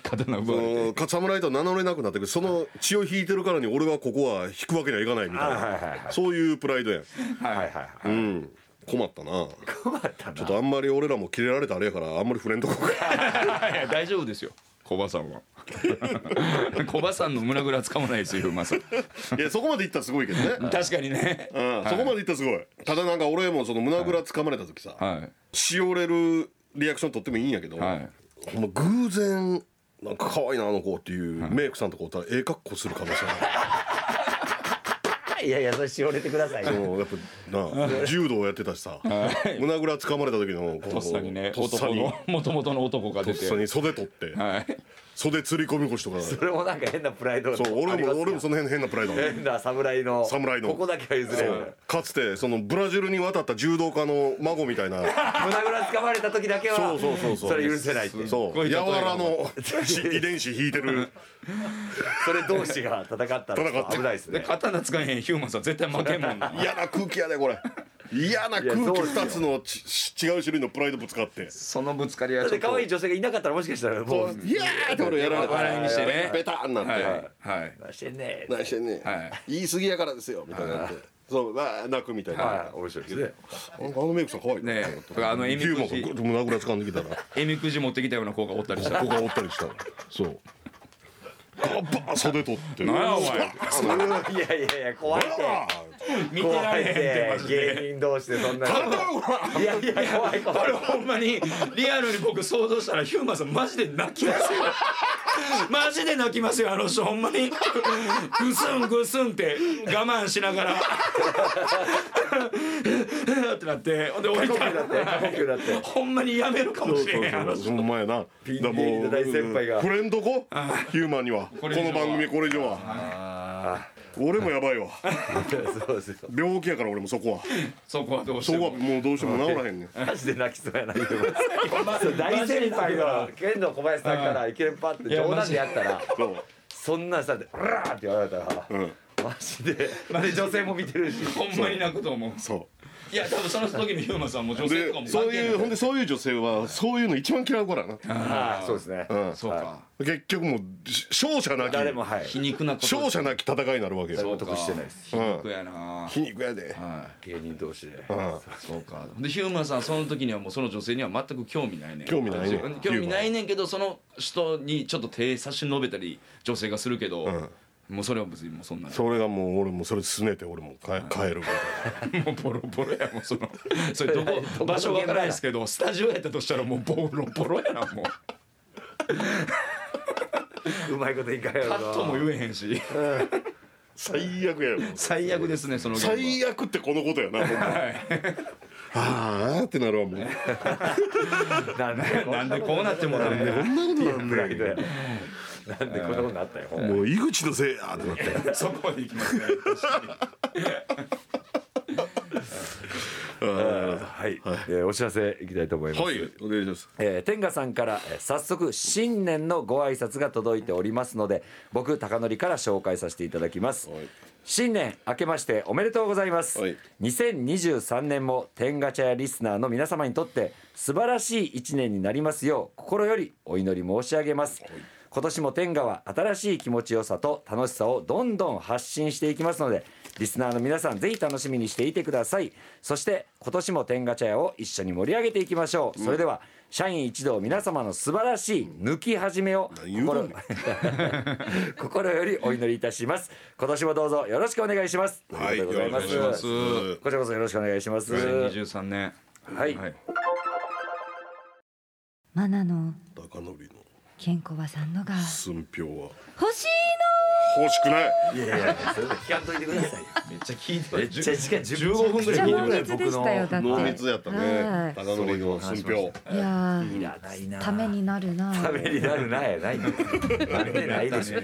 Speaker 5: 刀
Speaker 2: そ
Speaker 5: 奪われて
Speaker 2: のか侍とは名乗れなくなったけどその血を引いてるからに俺はここは引くわけにはいかないみたいな、
Speaker 4: はいはいはいはい
Speaker 2: そういうプライドやん、
Speaker 4: はいはいは
Speaker 2: う
Speaker 4: い
Speaker 2: ん困ったな
Speaker 4: 困った
Speaker 2: ちょっとあんまり俺らもキレられたあれやからあんまり触れんとこか
Speaker 5: いや大丈夫ですよ小バさ んは小バさんの胸ぐらつかまないですようまさ
Speaker 2: いやそこまでいったらすごいけどね、
Speaker 5: 確かにね
Speaker 2: うんそこまでいったらすごいただなんか俺もその胸ぐらつかまれた時さ、
Speaker 5: は
Speaker 2: しおれるリアクション取ってもいいんやけど、
Speaker 5: いはい
Speaker 2: ほんま偶然なんか可愛いなあの子っていうメイクさんとかおったらええ格好する可能性あ
Speaker 4: いやいやそれしおれてください よ
Speaker 2: るそのやっぱなあ柔道やってたしさ胸ぐらつかまれた時のこの
Speaker 5: とっさにね
Speaker 2: とっさ
Speaker 5: 男
Speaker 2: に
Speaker 5: の元々の男が
Speaker 2: と
Speaker 5: 出
Speaker 2: ってさに袖取って
Speaker 5: はい
Speaker 2: 袖釣り込み腰とかそ
Speaker 4: それもなんか変なプライド
Speaker 2: う俺も俺もそ
Speaker 4: の
Speaker 2: の辺変なプライド
Speaker 4: 変な侍の
Speaker 2: 侍の
Speaker 4: ここだけは譲れる
Speaker 2: かつてそのブラジルに渡った柔道家の孫みたいな
Speaker 4: 胸ぐらつかまれた時だけは
Speaker 2: そうそうそうそう
Speaker 4: それ許せないって
Speaker 2: そう
Speaker 5: い例
Speaker 2: 柔
Speaker 5: えが
Speaker 2: らの遺伝子引いてる
Speaker 4: それ同士が戦った
Speaker 2: 戦
Speaker 4: ら
Speaker 2: って
Speaker 4: 危ないです
Speaker 5: で
Speaker 4: ね
Speaker 5: 刀使えへんヒューマンさん絶対負けんもん な
Speaker 2: 嫌な空気やでこれ嫌な空気2つのちし違う種類のプライドぶつかって
Speaker 5: そのぶつかり合
Speaker 4: だ
Speaker 5: い
Speaker 4: って可愛い女性がいなかったらもしかしたらもう
Speaker 2: いやーって俺やられて
Speaker 5: 笑いにしてね
Speaker 2: ベターンなって、
Speaker 5: はいはい
Speaker 4: 何してんね
Speaker 2: 何してんねん、
Speaker 5: はい
Speaker 2: 言い過ぎやからですよみたいになって、そうわー泣くみたいな、
Speaker 4: はい面白いですね
Speaker 2: なんかあのメイクさん可愛いな
Speaker 5: ねえだからあの
Speaker 2: ヒ
Speaker 5: えみ
Speaker 2: ューマ
Speaker 5: く
Speaker 2: ンがグ
Speaker 5: じ
Speaker 2: ッと胸ぐらつかんできたらこ
Speaker 5: えみくじ持ってきたような子がおったりした
Speaker 2: こがおったりしたらそうガバー袖取って
Speaker 5: なんやお前
Speaker 4: いやいやいや怖いって
Speaker 5: 見てら
Speaker 4: 怖い
Speaker 5: れへ
Speaker 4: っ
Speaker 5: んってマ
Speaker 4: て
Speaker 5: ジで
Speaker 4: 芸人同士でそんなのいやいや怖い怖
Speaker 5: あ
Speaker 4: い
Speaker 5: れほんまにリアルに僕想像したらヒューマンさんマジで泣きます よマジで泣きますよあの人ほんまにグスングスンって我慢しながらってなってほんで置い
Speaker 4: 過
Speaker 5: た
Speaker 4: 酷だって過酷だって
Speaker 5: ほんまにやめるかもしれへんあの人
Speaker 2: その前な
Speaker 4: ピン芸人の大先輩が
Speaker 2: フレンドこヒューマンにはこ
Speaker 5: れ以上
Speaker 2: の
Speaker 5: は
Speaker 2: 番組これ以上は俺もやばいわ
Speaker 4: そうですよ
Speaker 2: 病気やから俺もそこは
Speaker 5: そこはどうし
Speaker 2: そ
Speaker 5: て
Speaker 2: こは
Speaker 5: も
Speaker 2: もうどうしても治らへんねん
Speaker 4: マジで泣きそうやな言うてます大先輩の剣道小林さんからイケメンパって冗談でやったら
Speaker 2: そう
Speaker 4: そんなんさで「うらー!」って言われたら
Speaker 2: うん
Speaker 4: マジでで女性も見てるし
Speaker 5: ほんまに泣くと思う
Speaker 2: そ
Speaker 5: いや多分その時のヒューマンさんも女
Speaker 2: う
Speaker 5: 性とか
Speaker 2: で
Speaker 5: も
Speaker 2: そういうほん
Speaker 5: で
Speaker 2: でそういう女性はそういうの一番嫌うからな
Speaker 4: ああそうですね
Speaker 2: うん
Speaker 5: そうか
Speaker 2: 結局もうし勝者なき
Speaker 4: 誰もはい
Speaker 5: 皮肉なこと
Speaker 2: 勝者なき戦いになるわけ
Speaker 4: 誰も
Speaker 2: よ
Speaker 4: 得してないです
Speaker 5: 皮肉やな
Speaker 2: 皮肉やで
Speaker 5: はい
Speaker 4: 芸人同士で
Speaker 2: うん
Speaker 5: そうかでヒューマンさんその時にはもうその女性には全く興味ないねん
Speaker 2: 興味ないね
Speaker 5: うん興味ないねんけどその人にちょっと手差し伸べたり女性がするけど、もうそれは別にもうそんな
Speaker 2: それがもう俺もそれすねて俺もか帰るみたい
Speaker 5: もうボロボロやもうそのそれ どこ場所わからないですけどスタジオやったとしたらもうボロボロやなもう
Speaker 4: うまいこといかんや
Speaker 5: カ
Speaker 4: ろ
Speaker 5: ットも言えへんし
Speaker 2: 最悪やよ
Speaker 5: 最悪ですねその現場
Speaker 2: 最悪ってこのことやなほんまあーってなるわもう
Speaker 4: なんで
Speaker 5: なんでこうなってもらう
Speaker 2: こんなことなん
Speaker 4: プラ
Speaker 2: だ
Speaker 4: イド
Speaker 2: よ
Speaker 4: やなんでこんなことになったんやほんま
Speaker 2: もう井口のせいやってなって
Speaker 5: そこまでいきますね
Speaker 4: はい、えーお知らせいきたいと思います、
Speaker 2: はいお願いします
Speaker 4: えー天賀さんから、えー早速新年のご挨拶が届いておりますので僕高則から紹介させていただきます、新年明けましておめでとうございます、
Speaker 2: はい
Speaker 4: 2023年も天ガチャやリスナーの皆様にとって素晴らしい1年になりますよう心よりお祈り申し上げます、今年も天ガは新しい気持ちよさと楽しさをどんどん発信していきますのでリスナーの皆さんぜひ楽しみにしていてくださいそして今年も天ガチャ屋を一緒に盛り上げていきましょう、それでは社員一同皆様の素晴らしい抜き始めを
Speaker 2: 何言うとんねん
Speaker 4: 心心よりお祈りいたします今年もどうぞよろしくお願いします
Speaker 2: はい
Speaker 4: とうことでござい
Speaker 2: よ
Speaker 5: ろ
Speaker 4: ま
Speaker 5: しく
Speaker 4: す
Speaker 5: お願いしま
Speaker 4: こちらこそよろしくお願いします
Speaker 5: 2023年
Speaker 4: はい、
Speaker 7: マナの
Speaker 2: 高典の
Speaker 7: 健康はさんのが
Speaker 2: 寸評は
Speaker 7: 欲しい
Speaker 2: 欲しくない
Speaker 4: 聞かんといてください
Speaker 5: めっちゃ聞いてめっ
Speaker 4: じゃあ時間10
Speaker 5: 15分ぐ
Speaker 7: めっ
Speaker 5: ら
Speaker 7: ち
Speaker 5: い
Speaker 7: ゃ
Speaker 5: 聞いて
Speaker 7: 濃
Speaker 5: る
Speaker 7: 密でしたよだって
Speaker 2: 濃密やった
Speaker 7: は
Speaker 2: ね
Speaker 7: い
Speaker 2: 高典の寸評
Speaker 7: いやー
Speaker 4: いらないな
Speaker 7: ためになるな
Speaker 4: ためになるなやないのなってないでしょ、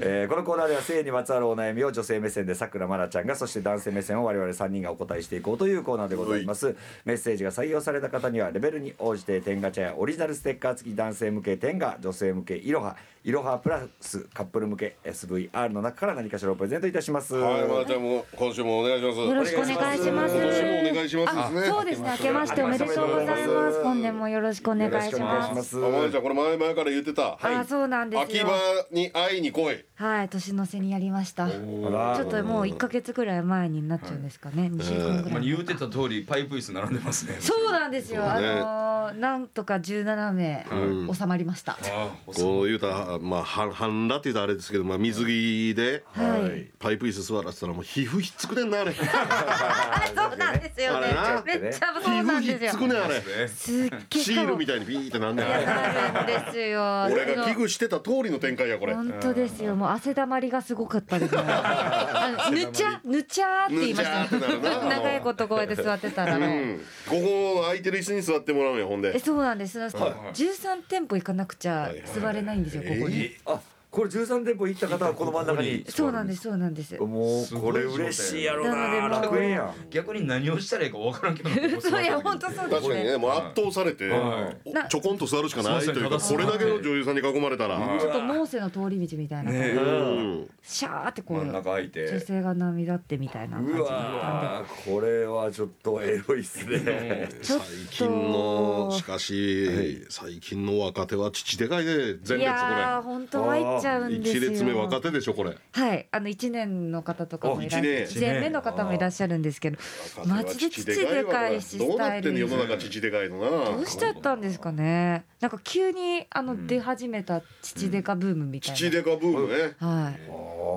Speaker 4: えーこのコーナーでは性にまつわるお悩みを女性目線でさくらまなちゃんがそして男性目線を我々3人がお答えしていこうというコーナーでございますメッセージが採用された方にはレベルに応じて天ガチャやオリジナルステッカー付き男性向け天ガ女性向けいろはいろはプラスカップル向け SVR の中から何かしらをプレゼントいたします、
Speaker 2: はいまなちゃんも今週もお願いします
Speaker 7: よろしくお願いします
Speaker 2: 今年もお願いしますですね
Speaker 7: あそうですね明けましておめでとうございます本年もよろしくお願いします
Speaker 4: ます
Speaker 2: あまなちゃんこれ前々から言ってた
Speaker 7: あそうなんです
Speaker 2: 秋
Speaker 7: よ
Speaker 2: 葉に会いに来い
Speaker 7: はい年の瀬にやりましたちょ
Speaker 4: ら
Speaker 7: っともう一ヶ月ぐらい前になっちゃうんですかね二週間ぐ
Speaker 5: ほんま
Speaker 7: ら
Speaker 5: に
Speaker 7: い
Speaker 5: 言うてた通りパイプ椅子並んでますね
Speaker 7: そうなんですよ
Speaker 2: そ
Speaker 7: あ
Speaker 2: うね
Speaker 7: のーなんとか17名収まりました
Speaker 5: ああ
Speaker 2: こう言うたらまあ半半裸って言うたらあれですけどまあ水着で
Speaker 7: はい
Speaker 2: パイプ椅子座らせたらもう皮膚ひっつくねんな あれ
Speaker 7: あ そうなんですよね
Speaker 2: あれ
Speaker 7: め
Speaker 4: な
Speaker 7: っちゃ
Speaker 2: 皮
Speaker 7: そうな
Speaker 2: 膚
Speaker 7: ん
Speaker 2: ひっ
Speaker 7: です
Speaker 2: つく
Speaker 7: よ
Speaker 2: ねんあれ
Speaker 7: すっげえ
Speaker 2: シールみ
Speaker 7: た
Speaker 2: たいにピーってなんねんあれ
Speaker 7: なるんですよ
Speaker 2: 俺が危惧してた通りの展開やこれ
Speaker 7: 本当ですよもう汗だまりがすごかったですねあのぬ ちゃぬちゃーって言いました
Speaker 2: ぬちゃーってなるな
Speaker 7: 長いことこうやって座ってたら
Speaker 2: う
Speaker 7: ね
Speaker 2: んここ空いてる椅子に座ってもらうんやほん
Speaker 7: え
Speaker 2: で
Speaker 7: そうなんです、13店舗行かなくちゃ
Speaker 2: いはい
Speaker 7: 座れないんですよここに、
Speaker 4: あこれ13店舗行った方はこの真ん中に
Speaker 7: そうなんですそうなんです
Speaker 4: もうこれ嬉しいやろな
Speaker 7: なのでもう
Speaker 4: 楽園やん
Speaker 5: 逆に何をしたらいいか分からんけど
Speaker 7: そういや本当そうで
Speaker 2: 確
Speaker 7: す
Speaker 2: かにね
Speaker 7: ね
Speaker 2: もう圧倒されて
Speaker 7: な
Speaker 2: ちょこんと座るしかないというか
Speaker 5: すいませ
Speaker 2: これ
Speaker 5: ん
Speaker 2: だけの女優さんに囲まれたら
Speaker 7: ちょっとモーセの通り道みたいな、
Speaker 5: ね
Speaker 2: うん
Speaker 7: シャーってこ
Speaker 5: 真
Speaker 7: うん
Speaker 5: 中空い
Speaker 7: 女
Speaker 5: て
Speaker 7: 性が涙ってみたいな感じ
Speaker 4: うわーこれはちょっとエロいっす ね
Speaker 7: ちょっと
Speaker 2: 最近のしかし最近の若手は父でかいね前列こ
Speaker 7: いやー
Speaker 2: れ
Speaker 7: 本当参っちゃうんです
Speaker 2: 一
Speaker 7: よ
Speaker 2: 列目若手でしょこれ
Speaker 7: はい、あの一年の方とかもいらっ
Speaker 2: あ
Speaker 7: し
Speaker 2: 一
Speaker 7: ゃ
Speaker 2: 年
Speaker 7: 一年目の方もいらっしゃるんですけど
Speaker 2: 若、手は
Speaker 7: マジで父で
Speaker 2: わこ
Speaker 7: か
Speaker 2: れ
Speaker 7: いし
Speaker 2: ど
Speaker 7: ス
Speaker 2: う
Speaker 7: タ
Speaker 2: なっ
Speaker 7: イ
Speaker 2: てんの
Speaker 7: ル
Speaker 2: 世
Speaker 7: ど
Speaker 2: の中父でかいのな
Speaker 7: うしちゃったんですかね。なんか急にあの出始めた父でかブームみたい
Speaker 2: 父
Speaker 7: な。
Speaker 2: でかブームね
Speaker 7: はい。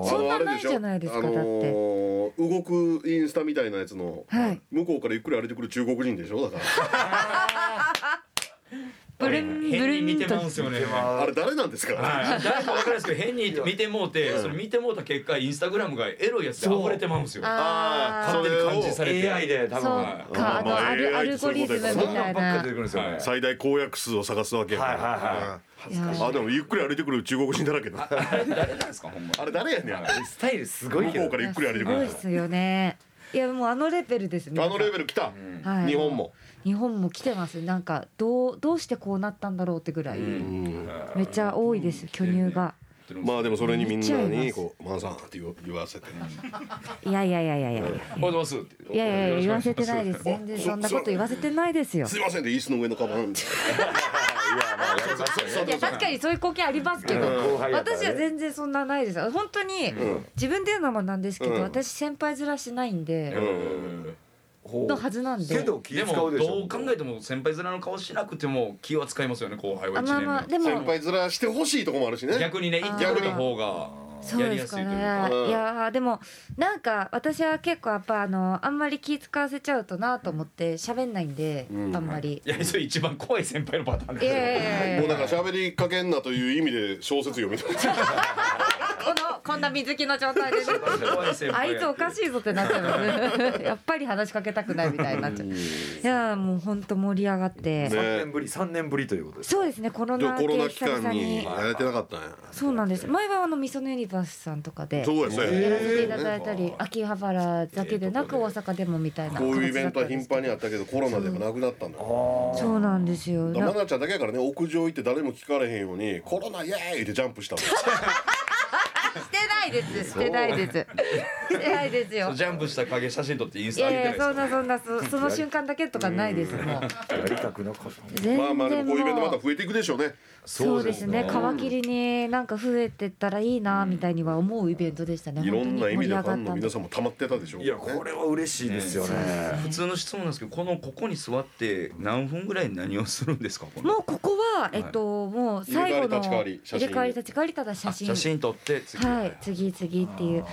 Speaker 7: そんなないじゃないですか
Speaker 2: あのあれしょあのー動くインスタみたいなやつの
Speaker 7: はい
Speaker 2: 向こうからゆっくり歩いてくる中国人でしょだか
Speaker 7: ブルンブ
Speaker 5: 変に
Speaker 7: ル
Speaker 5: 見
Speaker 7: ン
Speaker 5: て
Speaker 7: と
Speaker 5: まうんすよね
Speaker 2: らあれ誰なんですか
Speaker 5: はい、誰も分からないですけど変に見てもうてそれ見てもうた結果インスタグラムがエロいやつで溢れてまうんですよ
Speaker 7: あ
Speaker 2: そ
Speaker 5: 勝
Speaker 2: れ
Speaker 5: 手に
Speaker 2: を
Speaker 5: 感じされて
Speaker 4: AI で多
Speaker 7: あ、
Speaker 4: 分はい
Speaker 7: そうかあ
Speaker 2: ま
Speaker 7: の
Speaker 2: あ
Speaker 7: アル
Speaker 2: AI
Speaker 7: アルゴリズムみ
Speaker 4: そんな
Speaker 7: た
Speaker 4: んばっ
Speaker 7: い
Speaker 4: か
Speaker 7: な
Speaker 4: 出て。くるんですよね
Speaker 5: はい
Speaker 2: 最大公約数を探すわけや
Speaker 4: はいはいはい
Speaker 7: や
Speaker 2: あでもゆっくり歩いてくる中国人だらけだあ
Speaker 5: 誰なんですかほんま
Speaker 2: れ誰やねんあれ
Speaker 4: いスタイルすごい
Speaker 2: 向
Speaker 4: け
Speaker 2: こう
Speaker 4: ど
Speaker 2: からゆっくり歩いて
Speaker 7: す
Speaker 2: く
Speaker 7: ごい
Speaker 2: る
Speaker 7: ですよね。いやもうあのレベルです。皆
Speaker 2: あ
Speaker 7: さん
Speaker 2: のレベル来た
Speaker 7: はい
Speaker 2: 日本も
Speaker 7: 日本も来てます。なんかどうどうしてこうなったんだろうってぐらいめっちゃ多いです巨乳が。
Speaker 2: まあでもそれにみんな
Speaker 7: めっちゃいま
Speaker 2: に
Speaker 7: す
Speaker 2: こう「マナさん」って言わ言わせて
Speaker 7: いやいやいやいやいやいや。
Speaker 5: おはようございますって
Speaker 7: いやいやいや言わせてないです全然
Speaker 2: あ
Speaker 7: そんなこと言わせてないですよ
Speaker 2: すいませんで椅子の上のカバン
Speaker 7: いや確かにそういう光景ありますけど
Speaker 4: 後輩やからね
Speaker 7: 私は全然そんなないです本当に自分で言うのもなんですけど
Speaker 2: うん
Speaker 7: 私先輩ずらしないんで
Speaker 4: ほう
Speaker 7: のはずなん
Speaker 4: け
Speaker 7: で
Speaker 4: ど気
Speaker 5: でも
Speaker 4: 使
Speaker 5: ど
Speaker 4: うでしょ
Speaker 5: う考えても先輩面の顔しなくても気は使いますよね後輩は
Speaker 7: あ
Speaker 5: 一
Speaker 7: まあまあ
Speaker 5: 年
Speaker 7: で
Speaker 2: 先
Speaker 7: も
Speaker 2: 輩面してほしいとこもあるしね
Speaker 5: 逆にね言ってくれた方が
Speaker 7: そう
Speaker 5: やり
Speaker 7: で
Speaker 5: や
Speaker 7: す
Speaker 5: す
Speaker 7: か
Speaker 5: いと
Speaker 7: ね
Speaker 5: いう
Speaker 7: い
Speaker 5: か
Speaker 7: やーでもなんか私は結構やっぱあのあんまり気使わせちゃうとなと思って喋んないんであんまり
Speaker 5: いやそれ一番怖い先輩のパターン
Speaker 7: い
Speaker 5: です
Speaker 7: やい
Speaker 5: よ
Speaker 7: やいやいや
Speaker 2: もうなんか喋りかけんなという意味で小説読みたいな
Speaker 7: このこんな水着の状態でね
Speaker 5: 怖い先
Speaker 7: あ
Speaker 5: 輩
Speaker 7: いつおかしいぞってなっちゃ いますねやっぱり話しかけたくないみたいになっちゃういやーもう本当盛り上がって、
Speaker 4: 3年ぶり3年ぶりということです
Speaker 7: そうですねコロ
Speaker 2: でも
Speaker 7: ナ
Speaker 2: コロナ
Speaker 7: 系
Speaker 2: 期
Speaker 7: 久々
Speaker 2: 間に
Speaker 7: に
Speaker 2: やれてなかったんや
Speaker 7: そうなんです前はあのみそのユニバースさんとかで
Speaker 2: そうです
Speaker 7: やらせ
Speaker 2: ね
Speaker 7: ていただいたり秋葉原だけでなく大阪でもみたいな
Speaker 2: こういうイベントは頻繁に
Speaker 7: あ
Speaker 2: あったけどコロナでもなくなったんだよ
Speaker 7: そうなんですよ
Speaker 2: だから
Speaker 7: な
Speaker 2: 愛菜ちゃんだけやからね屋上行って誰も聞かれへんように「コロナイエーイ!」ってジャンプしたの
Speaker 7: してなないですしてないですしてないですよ
Speaker 5: ジャンプした影写真撮ってインス
Speaker 7: い
Speaker 5: タ上げ
Speaker 7: やい
Speaker 5: てない
Speaker 7: や
Speaker 5: です
Speaker 7: そ
Speaker 5: か
Speaker 7: んなそんなそその瞬間だけとかないですもう
Speaker 4: やりたくなかった
Speaker 7: 全
Speaker 2: まあまあで
Speaker 7: 然
Speaker 2: もこういうイベントま
Speaker 7: も
Speaker 2: た
Speaker 7: う
Speaker 2: 増えていくでしょうね
Speaker 7: そうですね皮切りになんか増えてったらいいなみたいには思うイベントでしたね
Speaker 2: いろんな意味でファ
Speaker 7: 本当に盛り上がっ
Speaker 2: ン
Speaker 7: た
Speaker 2: の
Speaker 7: ん
Speaker 2: 皆
Speaker 7: で
Speaker 2: さんも溜まってたでしょう
Speaker 4: いやこれは嬉しいですよね
Speaker 5: 普通の質問なんですけどこのここに座って何分ぐらい何をするんですかこの
Speaker 7: もうここはえっともう最後
Speaker 2: 入れ
Speaker 7: の
Speaker 2: 替わり立ち替わり写真
Speaker 7: 入れ替わり立ち替わりただ写真
Speaker 5: 写真撮って次、
Speaker 7: はい次次っていう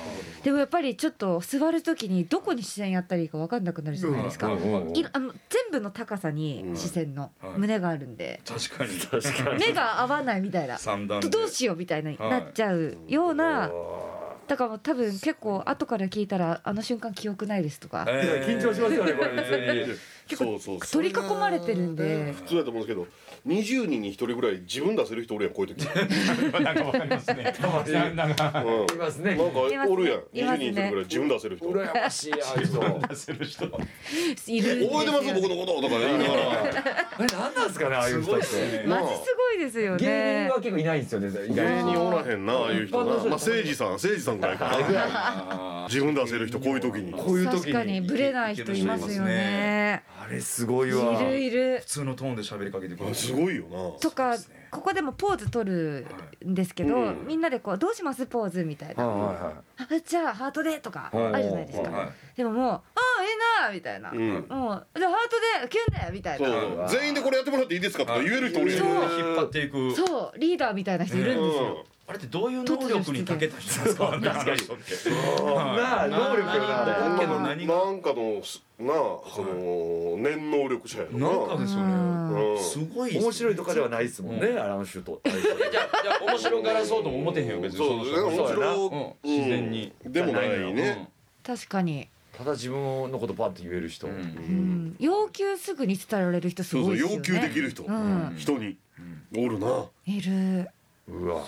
Speaker 7: でもやっぱりちょっと座る時にどこに視線やったらいいか分かんなくなるじゃないですか、いあの全部の高さに視線の胸があるんで、
Speaker 5: 確かに
Speaker 7: 目が合わないみたいな
Speaker 5: 三段で
Speaker 7: どどうしようみたいなになっちゃうような、だからもう多分結構後から聞いたらあの瞬間記憶ないですとか、
Speaker 5: 緊張しますよねこれ
Speaker 7: 結
Speaker 2: そ
Speaker 7: 構
Speaker 2: うそう
Speaker 7: 取り囲まれてるんで
Speaker 2: 普通だと思うんですけど20人に1人ぐらい自分出せる人おるやんこういう時
Speaker 8: なんかわかりますね。なんか
Speaker 2: うん
Speaker 4: いますね
Speaker 2: なんか
Speaker 7: いますね
Speaker 2: おるやん
Speaker 7: います
Speaker 2: 20人
Speaker 7: ね
Speaker 2: に1人ぐらい自分出せる人覚
Speaker 4: 羨ましいあいつを
Speaker 8: する人。
Speaker 2: えてます僕
Speaker 7: いるんですよ
Speaker 2: のこととか言いながら
Speaker 4: あれ何なんですかねああいう人って
Speaker 7: マジすごいですよ
Speaker 4: 芸
Speaker 7: ね
Speaker 4: 人は結構いないんですよね意外
Speaker 2: 芸
Speaker 4: に
Speaker 2: 人おらへんなああいう人
Speaker 4: 一般の
Speaker 2: なま
Speaker 4: 人
Speaker 2: あ誠司さん誠司さんぐらいかな 自分出せる人こういう時に
Speaker 5: こういう時に
Speaker 7: 確かにブレない人いますよね
Speaker 4: あれすごい
Speaker 7: い
Speaker 4: わ
Speaker 7: るいる
Speaker 5: 普通のトーンで喋りかけてく
Speaker 2: あ
Speaker 5: る
Speaker 2: すごいよな
Speaker 7: とかここでもポーズ取るんですけど、みんなでこう「どうしますポーズ」みたいな
Speaker 4: は
Speaker 7: 「あじゃあハートで」とか
Speaker 4: はい
Speaker 7: あるじゃないですか、
Speaker 5: はい
Speaker 7: でももう「ああええな」みたいな、
Speaker 2: うん
Speaker 7: もう「じゃあハートでキュンだよ」みたい
Speaker 2: そ
Speaker 7: なそう
Speaker 2: う全員でこれやってもらっていいですかとか言える人おるやん
Speaker 7: そう
Speaker 5: 引っ張っていく
Speaker 7: リーダーみたいな人いるんですよ、
Speaker 5: あれってどういう能力に長けた人なんですか確かに
Speaker 4: いはいなあ能力よなあれ
Speaker 5: なあ
Speaker 2: な
Speaker 5: け
Speaker 2: ん
Speaker 5: ど
Speaker 2: か
Speaker 5: 何が
Speaker 2: なんかのすなあその念能力者やろ
Speaker 5: なんかですよね
Speaker 2: うん
Speaker 5: すごい
Speaker 4: 面白いとかではないですもんねあのシュート
Speaker 5: じゃあじゃあ面白がらそうとも思ってへんよ別に
Speaker 2: そう
Speaker 5: その人
Speaker 2: 面
Speaker 5: は
Speaker 2: 白
Speaker 5: うん自然に
Speaker 2: うんでもないね
Speaker 7: 確かに、
Speaker 4: ただ自分のことパッと言える人
Speaker 5: うんうん
Speaker 7: うん、要求すぐに伝えられる人す
Speaker 2: そう
Speaker 7: ご
Speaker 2: そ
Speaker 7: いうですよね
Speaker 2: 要求できる人
Speaker 7: うん
Speaker 2: 人におるな。
Speaker 7: いる
Speaker 4: うわ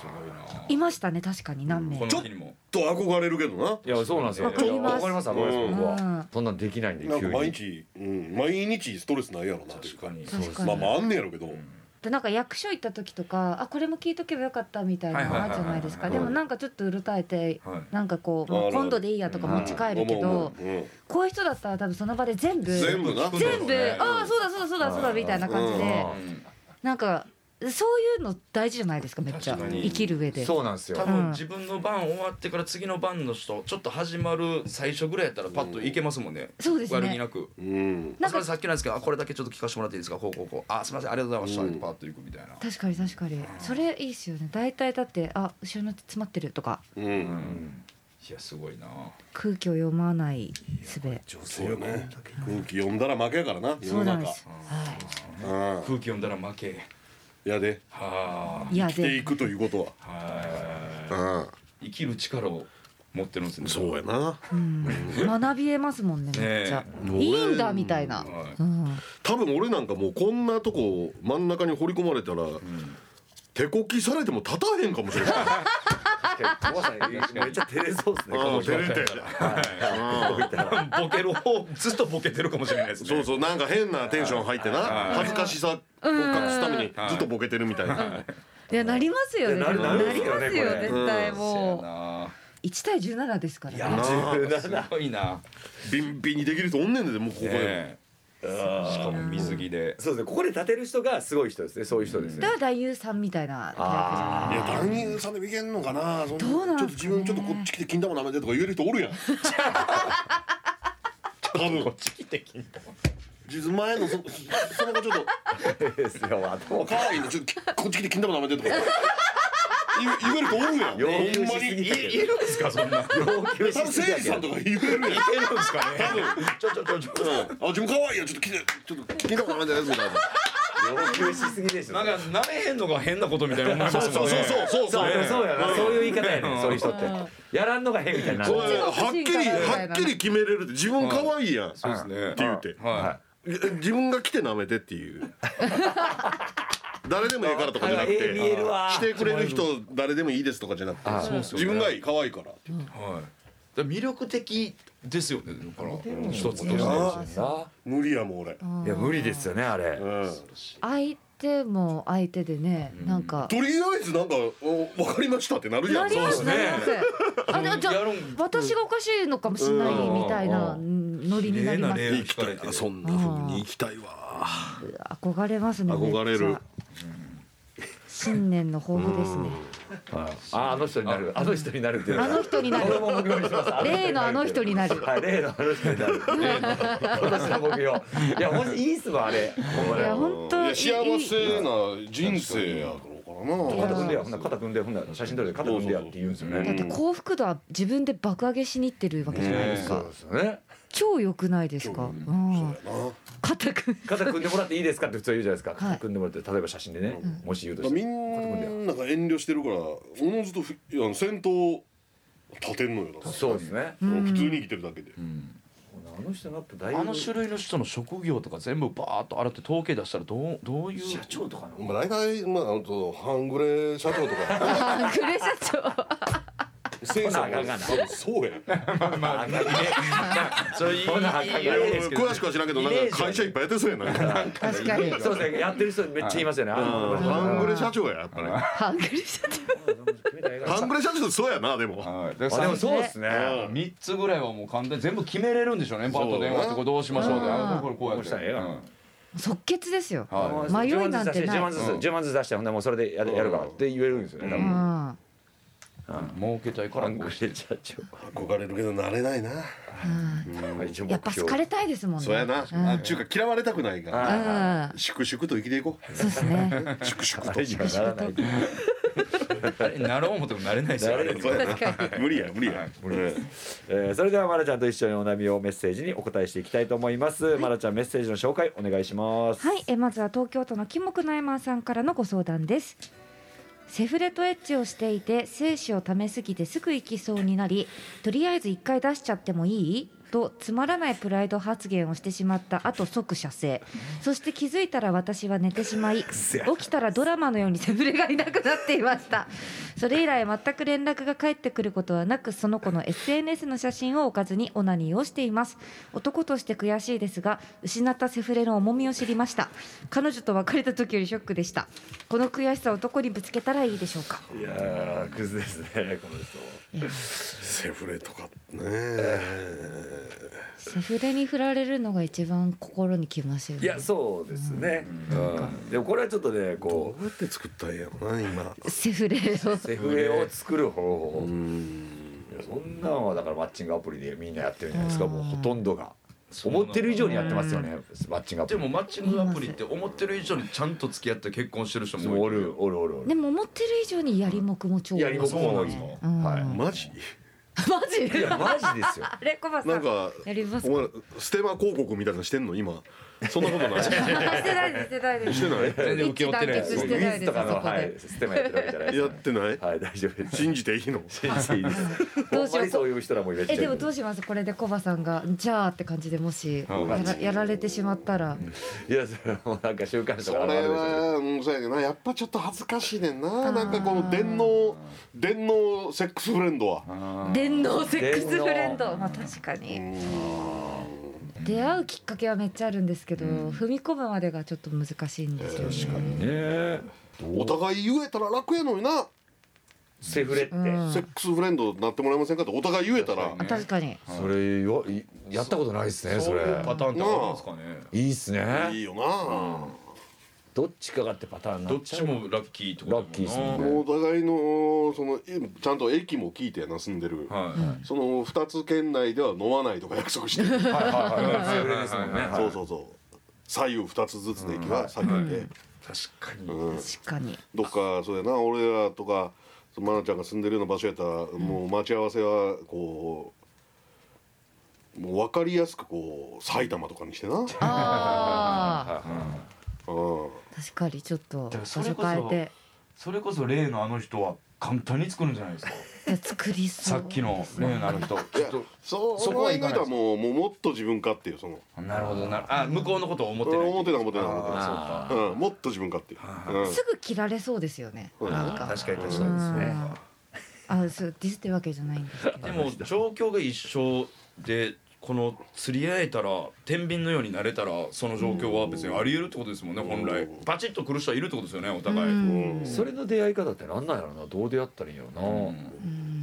Speaker 7: いましたね確かに何名
Speaker 5: この日にも
Speaker 2: と憧れるけどな。
Speaker 4: いやそうなんですよ
Speaker 7: わかります
Speaker 4: わかりますわかります
Speaker 2: うん
Speaker 4: 僕
Speaker 7: うん
Speaker 4: はそんなんできないんで
Speaker 2: なんか
Speaker 4: 急
Speaker 2: 毎
Speaker 4: に
Speaker 2: 日、うん、毎日ストレスないやろなというか。
Speaker 7: 確かに
Speaker 2: まあまああんねやろけど。
Speaker 7: でなんか役所行った時とかあこれも聞いとけばよかったみたいなのあるじゃないですか
Speaker 5: はい
Speaker 7: で
Speaker 5: はい
Speaker 7: もなんかちょっとうろたえて、
Speaker 5: はい
Speaker 7: なんかこう、
Speaker 2: あるあ
Speaker 7: もう
Speaker 2: る
Speaker 7: 今度でいいやとか持ち帰るけ
Speaker 2: 思
Speaker 7: ど、
Speaker 2: う思ううん
Speaker 7: こういう人だったら多分その場で全部
Speaker 2: 全部な。
Speaker 7: 全部
Speaker 5: うん
Speaker 7: ああそうだそうだそうだそうだみたいな感じで
Speaker 4: うん
Speaker 7: なんかそういうの大事じゃないですかめっちゃ
Speaker 5: 確かに
Speaker 7: 生きる上で
Speaker 4: そうなんです よ
Speaker 5: 多
Speaker 7: うん
Speaker 5: 分自分の番終わってから次の番の人ちょっと始まる最初ぐらいやったらパッといけますもんね
Speaker 7: そうですね
Speaker 5: 悪気なく
Speaker 2: うん。
Speaker 7: なん
Speaker 5: すみませ
Speaker 7: か
Speaker 5: んさっきなんですけどあこれだけちょっと聞かせてもらっていいですかこうこうこうあすみませんありがとうございました、パッといくみたいな
Speaker 7: 確かに確かにそれいいっすよね大体だってあ後ろの手詰まってるとか
Speaker 2: うん。
Speaker 5: いやすごいな
Speaker 7: 空気を読まない術
Speaker 2: そうよね。空気読んだら負けやからな。世
Speaker 7: そう
Speaker 2: の
Speaker 7: なん
Speaker 2: 中
Speaker 7: で。すは
Speaker 2: うん。
Speaker 5: 空気読んだら負け
Speaker 2: やで。
Speaker 5: はい
Speaker 7: いや
Speaker 2: 生きて
Speaker 7: で
Speaker 2: いくということは。
Speaker 5: 生きる力を持ってるんです
Speaker 2: うん。
Speaker 5: ね
Speaker 2: そうやな。
Speaker 7: 学びえますもんねめっちゃ
Speaker 5: ね
Speaker 7: いいんだみたいな
Speaker 5: はい
Speaker 7: うん
Speaker 2: 多分俺なんかもうこんなとこ真ん中に掘り込まれたら。手こきされても立たへんかもしれない。
Speaker 4: めっちゃ照れそうですね
Speaker 2: うん照れて
Speaker 5: ボケる方ずっとボケてるかもしれないですね
Speaker 2: そうそうなんか変なテンション入ってな恥ずかしさを隠すためにずっとボケてるみたいな。
Speaker 7: いやなりますよね
Speaker 4: いやなる
Speaker 7: で
Speaker 4: な
Speaker 7: も
Speaker 4: るよね
Speaker 7: なりますよ
Speaker 4: これ
Speaker 5: そ
Speaker 7: 絶対
Speaker 5: うや
Speaker 7: も
Speaker 5: な
Speaker 7: う一対十七ですか
Speaker 5: い
Speaker 7: らね
Speaker 5: やすごいな、
Speaker 2: ビンビンにできる人おんねんでもうここで。
Speaker 5: ねえしかも水着で
Speaker 4: そうですねここで立てる人がすごい人ですねそういう人です
Speaker 7: だ
Speaker 4: ね
Speaker 7: から男優さんみたいなタイプじゃ
Speaker 2: い
Speaker 7: ない
Speaker 2: や男優さんでもいけんのかなそんな
Speaker 7: どうなん
Speaker 2: ちょっと
Speaker 7: す
Speaker 2: 自
Speaker 7: かね
Speaker 2: 分ちょっとこっち来て金玉舐めてとか言える人おるやん多分こっち来て金玉前のそその子ちょっ
Speaker 4: ですよあ
Speaker 2: と可愛いのちょっとこっち来て金玉舐めてとか言言える人おるやん
Speaker 4: 要
Speaker 2: ほ
Speaker 4: 求
Speaker 2: んま
Speaker 4: しすぎ
Speaker 2: に
Speaker 4: た
Speaker 5: いるんですかそんな
Speaker 4: 多分
Speaker 2: 多分誠司さんとか言えるや
Speaker 5: い
Speaker 2: ん
Speaker 5: るんですかねちょちょちょちょ
Speaker 2: あ自分可愛いやんちょっと来てちょっと金玉舐めてみたいな
Speaker 4: 要求しすぎでしょ
Speaker 5: なんか慣れへんのが変なことみたいな思いますもんね
Speaker 2: そうそうそうそう
Speaker 4: そうでもそうやなそういう言い方や
Speaker 5: う
Speaker 4: ね
Speaker 5: ん
Speaker 4: そういう人ってやらんのが変みたいになる
Speaker 2: そうやねはっきりはっきり決めれるって自分可愛いやんって
Speaker 5: そうですね
Speaker 2: 言うて
Speaker 5: はい
Speaker 2: 自分が来て舐めてっていう誰でもええからとかじゃなく
Speaker 4: あええ見えるわ
Speaker 2: てしてくれる人誰でもいいですとかじゃなくて
Speaker 4: そう
Speaker 2: 自分がいい可愛いからって言って
Speaker 5: い、はい、だから魅力的ですよねだから一つとして
Speaker 4: ない
Speaker 2: 無理やもん俺
Speaker 4: や無理ですよねあれ
Speaker 2: うん
Speaker 7: 相手も相手でね、なんか
Speaker 2: とりあえずなんか「お分かりました」ってなるや
Speaker 7: なんります
Speaker 2: そう
Speaker 7: なりますあでもじゃあ私がおかしいのかもしれないみたいなノリになります
Speaker 5: 礼
Speaker 6: 行きたいなそんな風に行きたいわ
Speaker 7: 憧れますね
Speaker 6: 憧れる
Speaker 7: めっちゃ新年の抱負ですね
Speaker 4: ああの人になるあの人になるっていう
Speaker 7: あの人になる
Speaker 4: これも目標にします
Speaker 7: 例のあの人になる
Speaker 4: はい例のあの人になる私の目標いやもしいいっすわあれほんま
Speaker 7: い
Speaker 4: に
Speaker 7: や本当
Speaker 2: い
Speaker 7: に
Speaker 2: や幸せな人生やろうからな
Speaker 7: や
Speaker 4: 肩組んでやほんなら肩組んでほんなら写真撮るで肩組んでやって言うんですよ
Speaker 7: だっ
Speaker 4: ね
Speaker 7: て幸福度は自分で爆上げしにいってるわけじゃないですか、
Speaker 4: ですよね
Speaker 7: 超良くないですか、うん、固く
Speaker 4: 肩組んでもらっていいですかって普通は言うじゃないですか
Speaker 7: い
Speaker 4: 肩組んでもらって例えば写真でねもし言うとして
Speaker 2: みんなが遠慮してるからおのずとふいや先頭立てんのよだから
Speaker 4: そうですね
Speaker 2: 普通に生きてるだけで、
Speaker 4: あの人のやっぱだいぶ
Speaker 5: あの種類の人の職業とか全部バーッと洗って統計出したらどうどういう社長とかの
Speaker 2: まあ、大体まああと半グレ社長とか
Speaker 7: あグレ社長
Speaker 2: センサー
Speaker 4: ほなあかん
Speaker 2: 多分そうやん
Speaker 5: それいい
Speaker 4: ほなあかん
Speaker 5: いいよ
Speaker 4: いいですけど
Speaker 2: 詳しくは知らんけどなんか会社いっぱいやってそうやなハ
Speaker 7: 確かに
Speaker 4: そうですねやってる人めっちゃいますよねあ
Speaker 2: ングレ社長ややっぱり
Speaker 7: ハングリ社長
Speaker 2: ハングレ社長ってそうやなでも
Speaker 5: はいで
Speaker 4: あで
Speaker 5: さ
Speaker 4: もそうですね
Speaker 5: 三つぐらいはもう簡単に全部決めれるんでしょうねバッと電話してこれどうしましょうってあこれこうやっ
Speaker 4: こうしたらええ
Speaker 5: て
Speaker 4: やん
Speaker 5: うん
Speaker 7: 即決ですよ、
Speaker 5: は
Speaker 7: 迷いなんてない
Speaker 4: 10万ずつ出して10万ずつ出してほんでもうそれでやるやるからって言えるんですよね多
Speaker 7: う
Speaker 4: 分
Speaker 7: ん
Speaker 5: 儲けたいから
Speaker 4: 韓
Speaker 5: こ
Speaker 4: 国
Speaker 5: う
Speaker 4: で社長
Speaker 2: 憧れるけどなれないな
Speaker 4: 一応目標
Speaker 7: やっぱ好かれたいですもんね
Speaker 2: そうやなあっちゅうか嫌われたくないから
Speaker 7: うん
Speaker 2: 粛々と生きていこ
Speaker 7: そうですね
Speaker 2: う粛々
Speaker 4: あ
Speaker 2: と
Speaker 4: れにはならない
Speaker 5: あれなろう思ってもなれないです よあれ
Speaker 2: そうやな無理や無理やうん
Speaker 4: えーそれではまらちゃんと一緒にお悩みをメッセージにお答えしていきたいと思います、まらちゃんメッセージの紹介お願いします
Speaker 7: はい、えまずは東京都のキモクナイマンさんからのご相談ですセフレとエッチをしていて精子をためすぎてすぐ行きそうになりとりあえず一回出しちゃってもいいとつまらないプライド発言をしてしまった後即射精そして気づいたら私は寝てしまい起きたらドラマのようにセフレがいなくなっていましたそれ以来全く連絡が返ってくることはなくその子の SNS の写真を置かずにオナニーをしています男として悔しいですが失ったセフレの重みを知りました彼女と別れた時よりショックでしたこの悔しさを男にぶつけたらいいでしょうか
Speaker 4: いやークズですねこの人
Speaker 2: セフレとかねえ
Speaker 7: セフレに振られるのが一番心にきますよね
Speaker 4: いやそうですね、うん、でもこれはちょっとね
Speaker 2: ど
Speaker 4: こ
Speaker 2: うやって作ったんやろな今
Speaker 7: セフレを
Speaker 4: うセフレを作る方法、
Speaker 2: うん
Speaker 4: いやそんなんはだからマッチングアプリでみんなやってるんじゃないですか
Speaker 7: うん
Speaker 4: もうほとんどが思ってる以上にやってますよねマッチングアプ
Speaker 5: で
Speaker 4: リ
Speaker 5: もマッチングアプリって思ってる以上にちゃんと付き合って結婚してる人も
Speaker 4: お
Speaker 5: 多い
Speaker 4: るおるおるおる
Speaker 7: でも思ってる以上にやりもくも超
Speaker 4: やりもくも多いです
Speaker 7: ね
Speaker 4: も
Speaker 7: うん
Speaker 4: んはい
Speaker 2: マジ
Speaker 7: マジ
Speaker 4: いやマジですよ
Speaker 7: あれコバさん
Speaker 2: なんか
Speaker 7: やります
Speaker 2: お
Speaker 7: か
Speaker 2: 前らステマ広告みたいなのしてんの今そんなことないして
Speaker 7: してないですしてないです
Speaker 2: ない
Speaker 5: 全然請け負ってない
Speaker 7: 一致団結してないです
Speaker 4: とか
Speaker 7: そ
Speaker 4: の
Speaker 7: こ
Speaker 4: はい
Speaker 7: で
Speaker 4: ステマやってるわけじゃないです
Speaker 2: やってない
Speaker 4: はい大丈夫です
Speaker 2: 信じていいの
Speaker 4: 先生いいです
Speaker 7: どう
Speaker 4: ほ
Speaker 7: し
Speaker 4: ん
Speaker 7: よ
Speaker 4: ま
Speaker 7: う
Speaker 4: にそういう人らもいらっしゃ
Speaker 7: え
Speaker 4: る
Speaker 7: でもどうしますこれでコバさんがじゃあって感じでもしや
Speaker 4: ん
Speaker 7: らやられてしまったら
Speaker 4: いやそれはもうなんか週刊誌
Speaker 2: そ
Speaker 4: とかある
Speaker 2: れ
Speaker 4: で
Speaker 2: はうんそうやけどなやっぱちょっと恥ずかしいねんななんかこの電脳電脳セックスフレンドは
Speaker 7: 電脳セックスフレ
Speaker 4: 電
Speaker 7: ンドまあ確かに出会うきっかけはめっちゃあるんですけど踏み込むまでがちょっと難しいんですよね
Speaker 4: すよね
Speaker 2: お互い言えたら楽やのにな
Speaker 4: セフレって
Speaker 7: うん
Speaker 2: セックスフレンドになってもらえませんかってお互い言えたら
Speaker 7: あ確かに
Speaker 4: それよやったことないですねそ
Speaker 5: そういう
Speaker 4: れ
Speaker 5: パターンってあるんですかね
Speaker 4: いいっす
Speaker 2: いい
Speaker 4: ね
Speaker 2: よな
Speaker 4: どっちかがってパターンにな
Speaker 5: ど
Speaker 4: っ
Speaker 5: っ
Speaker 4: ちゃ
Speaker 5: ち
Speaker 4: う
Speaker 5: もラッキーってことだもんな
Speaker 4: ラッキーですね
Speaker 2: お互いのそのえちゃんと駅も聞いてやな住んでる
Speaker 5: は
Speaker 2: その2つ県内では飲まないとか約束してる
Speaker 4: はいはいはいセフレですもんね
Speaker 2: そうそうそう左右2つずつで駅は避けて
Speaker 5: い確か
Speaker 2: うん
Speaker 7: 確かに
Speaker 2: どっかそうやな俺らとか愛菜ちゃんが住んでるような場所やったらもう待ち合わせはこうもう分かりやすくこう埼玉とかにしてな、うん、
Speaker 7: ああ確かにちょっ
Speaker 5: だ
Speaker 7: と
Speaker 5: から
Speaker 7: 場
Speaker 5: そ
Speaker 7: 所
Speaker 5: れこそ
Speaker 7: 変えて
Speaker 5: それこそ例のあの人は簡単に作るんじゃないですか
Speaker 7: いや作りそ
Speaker 5: さ
Speaker 7: う
Speaker 5: っきの例のあの人
Speaker 2: いやそうそ
Speaker 5: そこ
Speaker 2: こ
Speaker 5: は
Speaker 2: はい意
Speaker 5: かない
Speaker 2: 外とはもうもうもっと自分勝手よその、
Speaker 5: なるほどなるあ向こうのことを思ってない
Speaker 2: 思ってた思ってた思ってた
Speaker 5: あ
Speaker 2: うん、もっと自分勝手、うん
Speaker 7: すぐ切られそうですよね
Speaker 2: うん
Speaker 7: なん
Speaker 5: ー
Speaker 7: か
Speaker 5: 確かに確
Speaker 7: う
Speaker 5: かにですね
Speaker 7: んあそうディスってるわけじゃないんですけど
Speaker 5: でも状況が一緒でこの釣り合えたら天秤のようになれたらその状況は別にあり得るってことですもんね本来パチッと来る人はいるってことですよねお互い
Speaker 7: うん
Speaker 4: それの出会い方ってなんなんやろなどう出会ったらいいんやろな、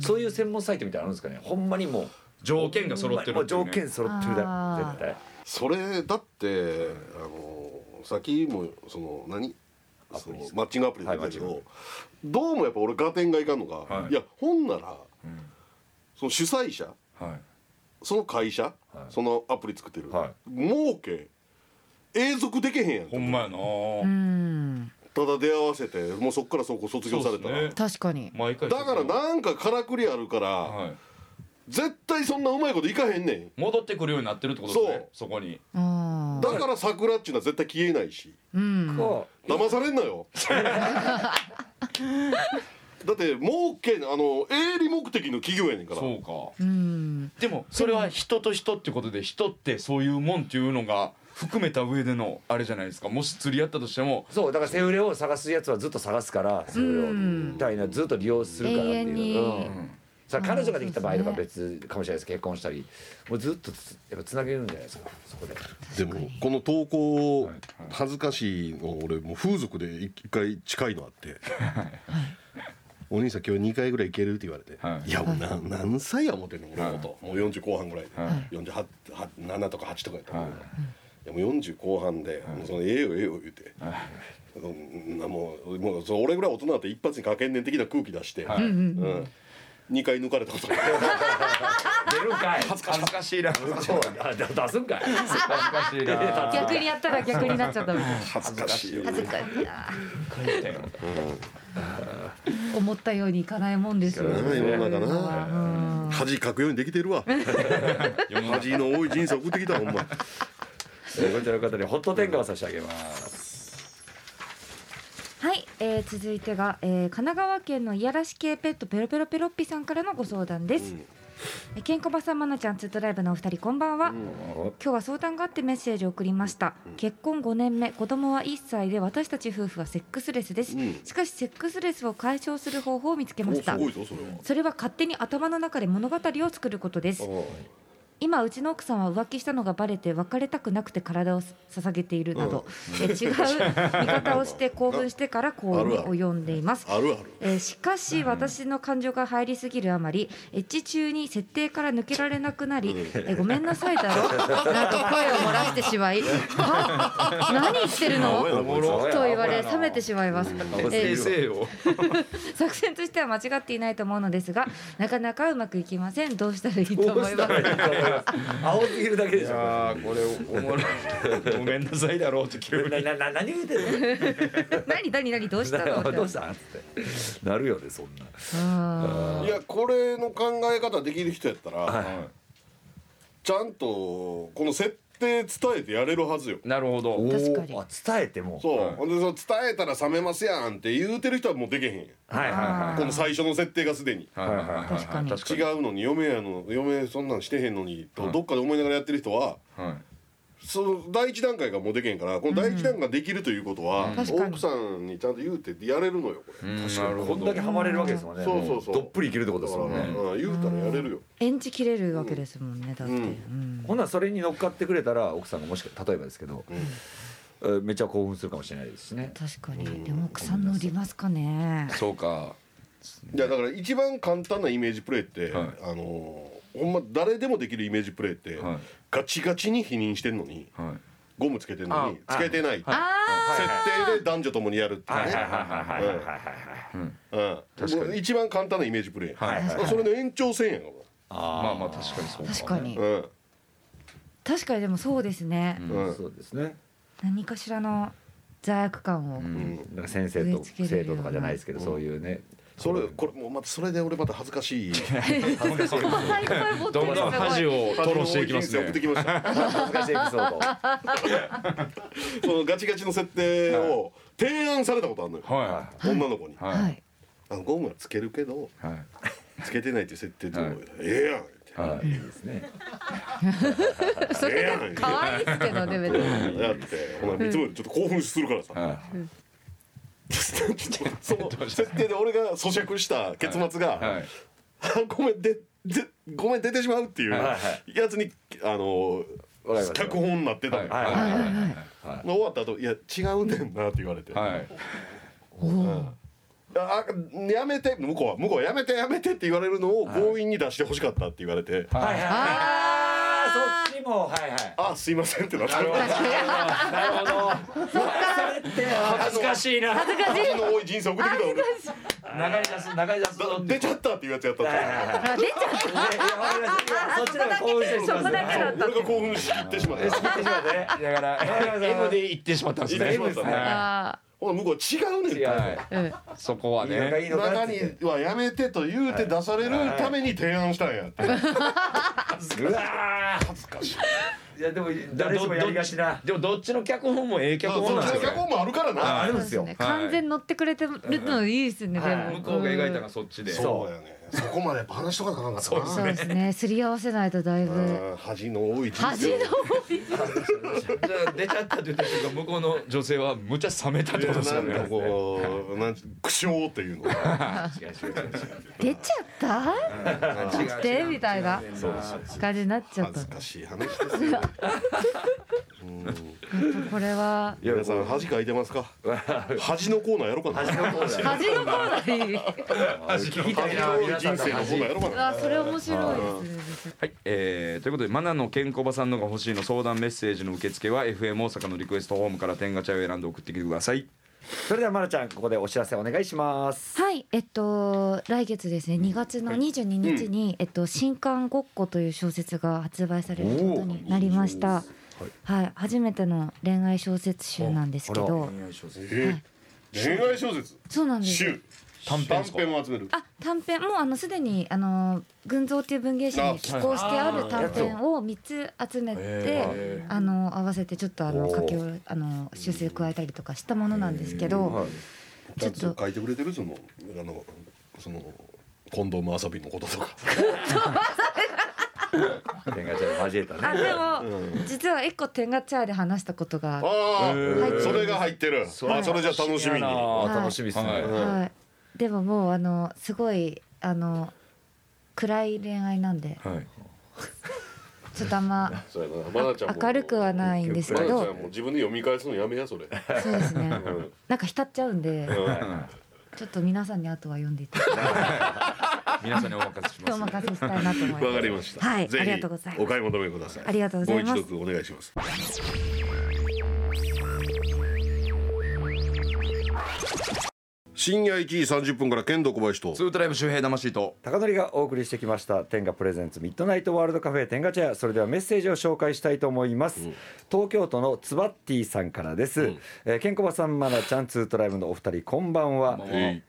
Speaker 4: そういう専門サイトみたいなのあるんですかねほんまにもう
Speaker 5: 条件が揃ってる
Speaker 4: もう
Speaker 5: っていう
Speaker 4: 条
Speaker 5: ね
Speaker 4: 件揃ってるだ
Speaker 7: あー
Speaker 4: 絶対
Speaker 2: それだってあの先もその何そのマッチングアプリだったけど、
Speaker 4: はいマッ
Speaker 2: どうもやっぱ俺ガテンがいかんのか、、
Speaker 5: はいい
Speaker 2: やほんなら、その主催者
Speaker 5: はい
Speaker 2: その会社、そのアプリ作ってる、
Speaker 4: は
Speaker 2: 儲け永続できへんやん
Speaker 5: ほんまやな
Speaker 7: うん
Speaker 2: ただ出会わせてもうそっからそこ卒業された
Speaker 5: そ
Speaker 2: ら、
Speaker 5: うっすね
Speaker 7: 確かに
Speaker 5: 毎回
Speaker 2: だからなんかからくりあるから、
Speaker 5: はい
Speaker 2: 絶対そんなうまいこといかへんねん
Speaker 5: 戻ってくるようになってるってことですねそこに
Speaker 7: あ
Speaker 2: だから桜っちゅうのは絶対消えないし
Speaker 7: うん
Speaker 4: こ
Speaker 2: 騙されん なよだって儲けあの営利目的の企業やねんから
Speaker 5: そうか
Speaker 7: うん
Speaker 5: でもそれは人と人ってことで人ってそういうもんっていうのが含めた上でのあれじゃないですかもし釣り合ったとしても
Speaker 4: うそうだからセフレを探すやつはずっと探すからセフレを
Speaker 7: うん
Speaker 4: みたいなずっと利用するからって
Speaker 7: 永遠
Speaker 4: い
Speaker 7: に
Speaker 4: う、うん、さあ彼女ができた場合とか
Speaker 7: うん
Speaker 4: 別かもしれないです結婚したりもうずっとつやっぱつなげるんじゃないですかそ こで
Speaker 6: でもこの投稿恥ずかしいの俺もう風俗で一一回近いのあって「お兄さん今日2回ぐらい行ける?」って言われて「、
Speaker 5: はい
Speaker 6: やもうな何歳や思ってんの俺
Speaker 2: 俺のこともう40後半ぐらいで、
Speaker 5: はい
Speaker 2: 48 7とか8とかやった、
Speaker 5: はい
Speaker 2: いやもう40後半で、もうそのええよええよ言うて、うんなもうもうそう俺ぐらい大人だって一発にかけんねん的な空気出して、
Speaker 5: はい
Speaker 2: うん、2回抜かれたことがある
Speaker 4: 出るんかい
Speaker 5: 恥ずかしいな恥
Speaker 4: そうあだ出すんかい
Speaker 5: ずかしいな
Speaker 7: 逆にやったら逆になっちゃったみたいな
Speaker 2: 恥ずかしいよ
Speaker 7: 恥ずかしいな思ったようにいかないもんですよ
Speaker 2: な世の中な
Speaker 7: うん
Speaker 6: 恥かくようにできてるわ恥の多い人生送ってきたほんま
Speaker 4: えーこちらの方にホットテンガを差し上げます
Speaker 7: はい、えー続いてが、えー神奈川県のいやらし系ペットペロペロペロッピさんからのご相談です、えーケンコバさんまなちゃんツートライブのお二人こんばんは、今日は相談があってメッセージを送りました、結婚5年目子供は1歳で私たち夫婦はセックスレスです、
Speaker 2: うん
Speaker 7: しかしセックスレスを解消する方法を見つけま
Speaker 2: お
Speaker 7: し
Speaker 2: す
Speaker 7: た
Speaker 2: ごいぞそれは
Speaker 7: それは勝手に頭の中で物語を作ることです今うちの奥さんは浮気したのがバレて別れたくなくて体を捧げているなど、え違う見方をして興奮してから行為に及んでいます
Speaker 2: あるある
Speaker 7: えーしかし私の感情が入りすぎるあまりエッチ中に設定から抜けられなくなり「えごめんなさい だろ」なんと声を漏らしてしまい「は何言ってるの?」と言われ冷めてしまいます。え
Speaker 5: 先
Speaker 7: ー
Speaker 5: 生を
Speaker 7: 作戦としては間違っていないと思うのですがなかなかうまくいきませんどうしたらいいと思います
Speaker 4: 青すぎるだけでしょ
Speaker 5: あーこれおもろいごめんなさいだろうって急に
Speaker 4: ななな何言うてんの
Speaker 7: 何何何どうしたの
Speaker 4: どうしたんってなるよねそんな
Speaker 7: あ
Speaker 2: いやこれの考え方できる人やったら、
Speaker 5: は
Speaker 2: ちゃんとこの設定伝えてやれるはずよ
Speaker 5: いなるほど
Speaker 7: 確かに
Speaker 4: おーあ伝えても
Speaker 2: そう、ほんでその伝えたら冷めますやんって言うてる人はもうできへんやん
Speaker 4: はいはいは
Speaker 7: あ
Speaker 2: この最初の設定がすでに
Speaker 5: はいはいはいはい
Speaker 7: 確かに
Speaker 5: 確
Speaker 2: 違うのに嫁やの嫁そんなんしてへんのにとどっかで思いながらやってる人は
Speaker 5: かにはい
Speaker 2: その第一段階がもうできへんからこの第一段階ができるということは、
Speaker 7: ん確かに
Speaker 2: 奥さんにちゃんと言うてやれるのよこれ、
Speaker 5: うんなる
Speaker 4: い
Speaker 5: ほ
Speaker 4: こんだ
Speaker 5: ど
Speaker 4: けハマれるわけですもんね
Speaker 2: そうそうそう
Speaker 4: どっぷりいけるってことですもん
Speaker 2: だから、
Speaker 4: ね
Speaker 2: うん、言うたらやれるよ
Speaker 7: ー演じきれるわけですもんねだって、
Speaker 2: う
Speaker 7: うんん
Speaker 4: ほんならそれに乗っかってくれたら奥さんがもしか例えばですけどえーめっちゃ興奮するかもしれないですしね
Speaker 7: 確かにでも奥さん乗りますかね
Speaker 5: そうか
Speaker 2: いやだから一番簡単なイメージプレイって、
Speaker 5: はい
Speaker 2: あのーほんま誰でもできるイメージプレイって、
Speaker 5: はい
Speaker 2: ガチガチに否認してんのに
Speaker 5: はい
Speaker 2: ゴムつけてんのに
Speaker 4: あ
Speaker 2: つけてない、
Speaker 7: あ
Speaker 2: 設定で男女ともにやるっていう
Speaker 4: はいはい
Speaker 2: ね
Speaker 4: はいはいはいはいはい
Speaker 2: うんもう一番簡単なイメージプレイ、
Speaker 5: はいはい
Speaker 2: それの延長線やんか
Speaker 5: まあまあ確かにそう
Speaker 7: あ
Speaker 5: ね
Speaker 7: 確かに
Speaker 2: ら、うん
Speaker 7: 確かにでもそうですね、
Speaker 2: うん
Speaker 4: そうですね
Speaker 7: 何かしらの罪悪感を、
Speaker 2: うん
Speaker 4: なんか先生
Speaker 7: 植え
Speaker 4: と
Speaker 7: 付けれ
Speaker 4: 生
Speaker 7: るよう
Speaker 4: 徒と
Speaker 7: な
Speaker 4: かじゃないですけどそういうね
Speaker 2: それこれもうまたそれで俺また恥ずかしい
Speaker 7: はいこれ持って
Speaker 5: どん
Speaker 7: るす
Speaker 5: どん
Speaker 7: ご
Speaker 5: 恥
Speaker 7: い
Speaker 5: を吐露していきます
Speaker 2: 送っ
Speaker 5: ね
Speaker 2: てきました
Speaker 4: 恥ずかしいエピソード
Speaker 2: そのガチガチの設定を提案されたことあるのよ、
Speaker 5: は
Speaker 2: 女の子に、
Speaker 5: いは
Speaker 7: はいい
Speaker 2: あのゴムはつけるけど
Speaker 5: はい
Speaker 2: つけてないっていう設定で、
Speaker 5: はい
Speaker 2: ええやんって
Speaker 4: はいいいですね
Speaker 7: それが可愛いですけどね別に
Speaker 2: だってほらいつもよりちょっと興奮するからさ、
Speaker 5: は
Speaker 2: その設定で俺が咀嚼した結末が、
Speaker 5: いはい
Speaker 2: あごめんででごめん出てしまうっていう
Speaker 5: は
Speaker 2: やつにあの
Speaker 4: わかります
Speaker 2: 脚本になってたのよ、
Speaker 4: はいはいはいはい
Speaker 2: で終わった後いや違うねんな」って言われて「
Speaker 5: はい
Speaker 2: あやめて」向こうは「向こうはやめてやめて」って言われるのを強引に出してほしかったって言われて「
Speaker 4: はいはいあーそっちもはいはい
Speaker 2: あすいません」ってなって
Speaker 4: なるほどそれって恥ずかしいな
Speaker 7: 恥ずかしい
Speaker 2: 私の多い人生送ってきた俺
Speaker 4: 流れ出す流れ出すぞ
Speaker 2: だ出ちゃったっていうやつやったん
Speaker 4: はいはい
Speaker 2: だよ
Speaker 4: はい
Speaker 7: あ出ちゃっ
Speaker 4: いやいやわかりますいやそっちの方が興奮してしまうんですよ
Speaker 7: そこだけだった
Speaker 2: 俺が興奮しきってしまった
Speaker 4: え好きってしまうねだから
Speaker 5: M で行ってしまったんですね
Speaker 2: 行ってしまったね
Speaker 7: た
Speaker 5: は
Speaker 7: あ
Speaker 2: ほら向こう違うねんって
Speaker 4: 違う
Speaker 5: い
Speaker 7: ーうん
Speaker 5: そこはね
Speaker 4: いいのか
Speaker 2: 中
Speaker 4: っつって
Speaker 2: にはやめてと言うて出されるために提案したんやって
Speaker 4: うわ恥ずかしいいやでも誰しもやりがちな
Speaker 5: でもどっちの脚本もええ脚
Speaker 2: そ
Speaker 5: 本なん
Speaker 2: の
Speaker 5: ですよ
Speaker 2: 脚本もあるから
Speaker 4: あ
Speaker 2: な
Speaker 4: るんですよ
Speaker 7: そうね完全に乗ってくれてるのいいですね、
Speaker 4: はい
Speaker 7: でも
Speaker 5: 向こうが描いたのがそっちで
Speaker 4: そ
Speaker 2: そうだよねそこまでやっぱ話しとかなあかんかったな
Speaker 7: そうですねすり合わせないとだいぶ
Speaker 2: うん恥の多い人
Speaker 7: 恥
Speaker 2: 生
Speaker 7: の多い
Speaker 5: じゃあ出ちゃったって言った瞬間向こうの女性はむちゃ冷めたってことですよ
Speaker 2: いやなんか
Speaker 5: ね
Speaker 2: こうなん苦笑っていうの
Speaker 7: 出ちゃった起きてみたいな感じになっちゃっ
Speaker 2: 恥
Speaker 7: た
Speaker 2: ずかしい話ですよね
Speaker 7: これは
Speaker 2: 皆さん恥かいてますか恥のコーナーやろうかな恥の
Speaker 7: 恥のコーナーいい
Speaker 4: 聞きたいな
Speaker 2: 多い
Speaker 4: 皆さ
Speaker 2: 人
Speaker 4: ん
Speaker 2: 生のコーナーや
Speaker 4: の
Speaker 2: ろうかな
Speaker 7: あそれ面白いですね
Speaker 5: はい、えーということでマナのケンコバさんのが欲しいの相談メッセージの受付は FM 大阪のリクエストホームから天ガチャを選んで送ってきてください
Speaker 4: それではまなちゃんここでお知らせお願いします
Speaker 7: はいえっと来月ですね2月の22日に、えっと新刊ごっこという小説が発売されることになりましたはい初めての恋愛小説集なんですけど
Speaker 2: えー恋愛小説
Speaker 7: そうなんです
Speaker 2: 週短編を集める
Speaker 7: あ短編もうあのすでにあの群像っていう文芸誌に寄稿してある短編を三つ集めてあの合わせてちょっとあの書きをあの修正加えたりとかしたものなんですけど
Speaker 2: ち
Speaker 7: ち
Speaker 2: ゃ
Speaker 7: ょ
Speaker 2: んと
Speaker 7: っと
Speaker 2: 書いてくれてるそのあのそのコンドーム遊びのこととか
Speaker 4: 天ガチャを交えたね
Speaker 7: あでも実は一個天ガチャで話したことが
Speaker 2: あ
Speaker 7: ー
Speaker 2: あそれが入ってるあそれじゃ楽しみに
Speaker 4: あ
Speaker 7: はい
Speaker 4: ー楽しみです
Speaker 5: は
Speaker 4: ね
Speaker 5: い
Speaker 7: はいでももうあのすごいあの暗い恋愛なんで
Speaker 5: はい
Speaker 7: ちょっとあ んま
Speaker 2: そうやなまなちゃんも
Speaker 7: 明るくはないんですけ
Speaker 2: まなちゃん
Speaker 7: ど
Speaker 2: も自分で読み返すのやめやそれ
Speaker 7: そうですねなんか浸っちゃうんで
Speaker 2: うん
Speaker 7: ちょっと皆さんに後は読んでいただいて
Speaker 5: 皆さんにお任せし
Speaker 7: お
Speaker 5: ます
Speaker 7: 任せしたいなと思います
Speaker 2: わかりました
Speaker 7: はい
Speaker 2: ぜひ
Speaker 7: ありがとうございます
Speaker 2: お買い求めください
Speaker 7: ありがとうございます
Speaker 2: ご一読お願いします深夜1時30分から剣道小林と
Speaker 5: ツートライブ周平魂と
Speaker 4: 高典がお送りしてきました天下プレゼンツミッドナイトワールドカフェ天下チェアそれではメッセージを紹介したいと思います、東京都のつばっティさんからです、えーケンコバさんマナちゃんツートライブのお二人こんばんは、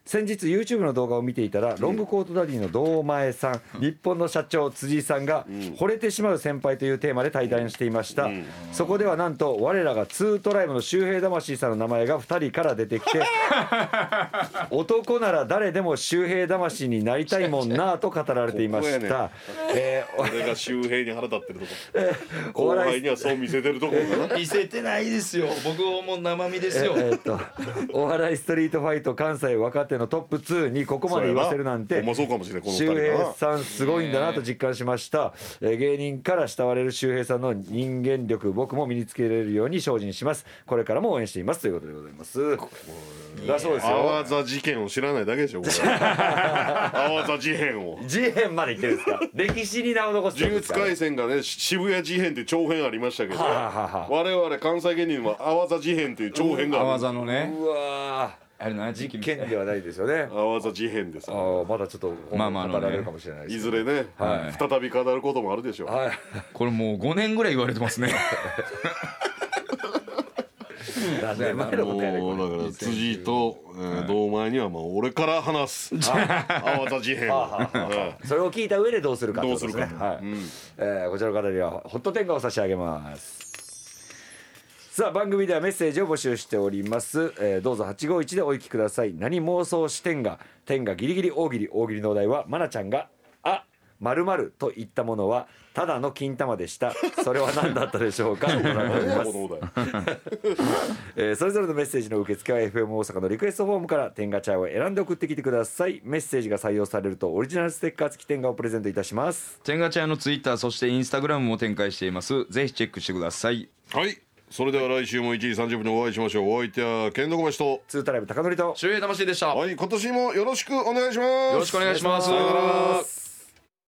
Speaker 4: 先日 YouTube の動画を見ていたらロングコートダディの堂前さん、日本の社長辻井さんが惚れてしまう先輩というテーマで対談していました、そこではなんと我らがツートライブの周平魂さんの名前が二人から出て きて男なら誰でも周平魂になりたいもんなぁと語られていまし
Speaker 2: ここや
Speaker 4: た。えー
Speaker 2: 俺が周平に腹立ってるとこ 後
Speaker 4: お笑い
Speaker 2: 輩にはそう見せてるとこか な
Speaker 5: 見せてないですよ僕も生身です
Speaker 4: え
Speaker 5: よ
Speaker 4: ーっとお笑いストリートファイト関西若手のトップ2にここまで言わせるなん
Speaker 2: そう
Speaker 4: て
Speaker 2: やなほんまそうかもしれないこの二人
Speaker 4: 周
Speaker 2: な
Speaker 4: 平さんすごいんだなと実感しました、えー芸人から慕われる周平さんの人間力僕も身につけられるように精進しますこれからも応援していますということでございますだそうですよ
Speaker 2: 泡座事件を知らないだけで しょこれ泡座事変を
Speaker 4: 事変まで言ってるんですか歴史に名を残してるん
Speaker 2: 呪
Speaker 4: です
Speaker 2: 術
Speaker 4: か
Speaker 2: 廻戦がねし渋谷事変っていう長編ありましたけど
Speaker 4: はあはあはあ
Speaker 2: 我々関西芸人は泡座事変っていう長編が
Speaker 5: 泡
Speaker 2: ある
Speaker 5: 座のね
Speaker 4: うわ
Speaker 5: あれな時期
Speaker 4: ー
Speaker 5: みたい
Speaker 4: 剣ではないですよね
Speaker 2: 泡座事変です
Speaker 4: あーまだちょっと
Speaker 5: まあまああのね
Speaker 4: 語られるかもしれないです
Speaker 2: いずれね、
Speaker 5: はい
Speaker 2: 再び語ることもあるでしょう、
Speaker 4: はい
Speaker 5: これもう5年ぐらい言われてます ね
Speaker 4: 何年前のことやねこ
Speaker 2: もう
Speaker 4: れ
Speaker 2: だから辻井と、えー、堂前にはまあ俺から話す泡田事変を
Speaker 4: はあは
Speaker 2: は
Speaker 4: それを聞いた上でどうするかってことですね
Speaker 2: どうする
Speaker 4: はいえーこちらの方にはホット天下を差し上げますさあ番組ではメッセージを募集しております、えーどうぞ851でお行きください何妄想してんが天がギリギリ大喜利大喜利のお題はまなちゃんが「あ」 〇〇といったものはただの金玉でしたそれは何だったでしょうかご覧いただきますえーそれぞれのメッセージの受付は FM 大阪のリクエストフォームから天ガチャを選んで送ってきてくださいメッセージが採用されるとオリジナルステッカー付き天ガをプレゼントいたします
Speaker 5: チェンガチャンのツイッターそしてインスタグラムも展開していますぜひチェックしてください
Speaker 2: はいそれでは来週も1時30分にお会いしましょうお相手は剣道小林と
Speaker 4: ツータライブ高典と
Speaker 5: 周平魂でしたよ
Speaker 2: はい今年もよろしくお願いします
Speaker 5: ろしくお願いします
Speaker 2: さよなら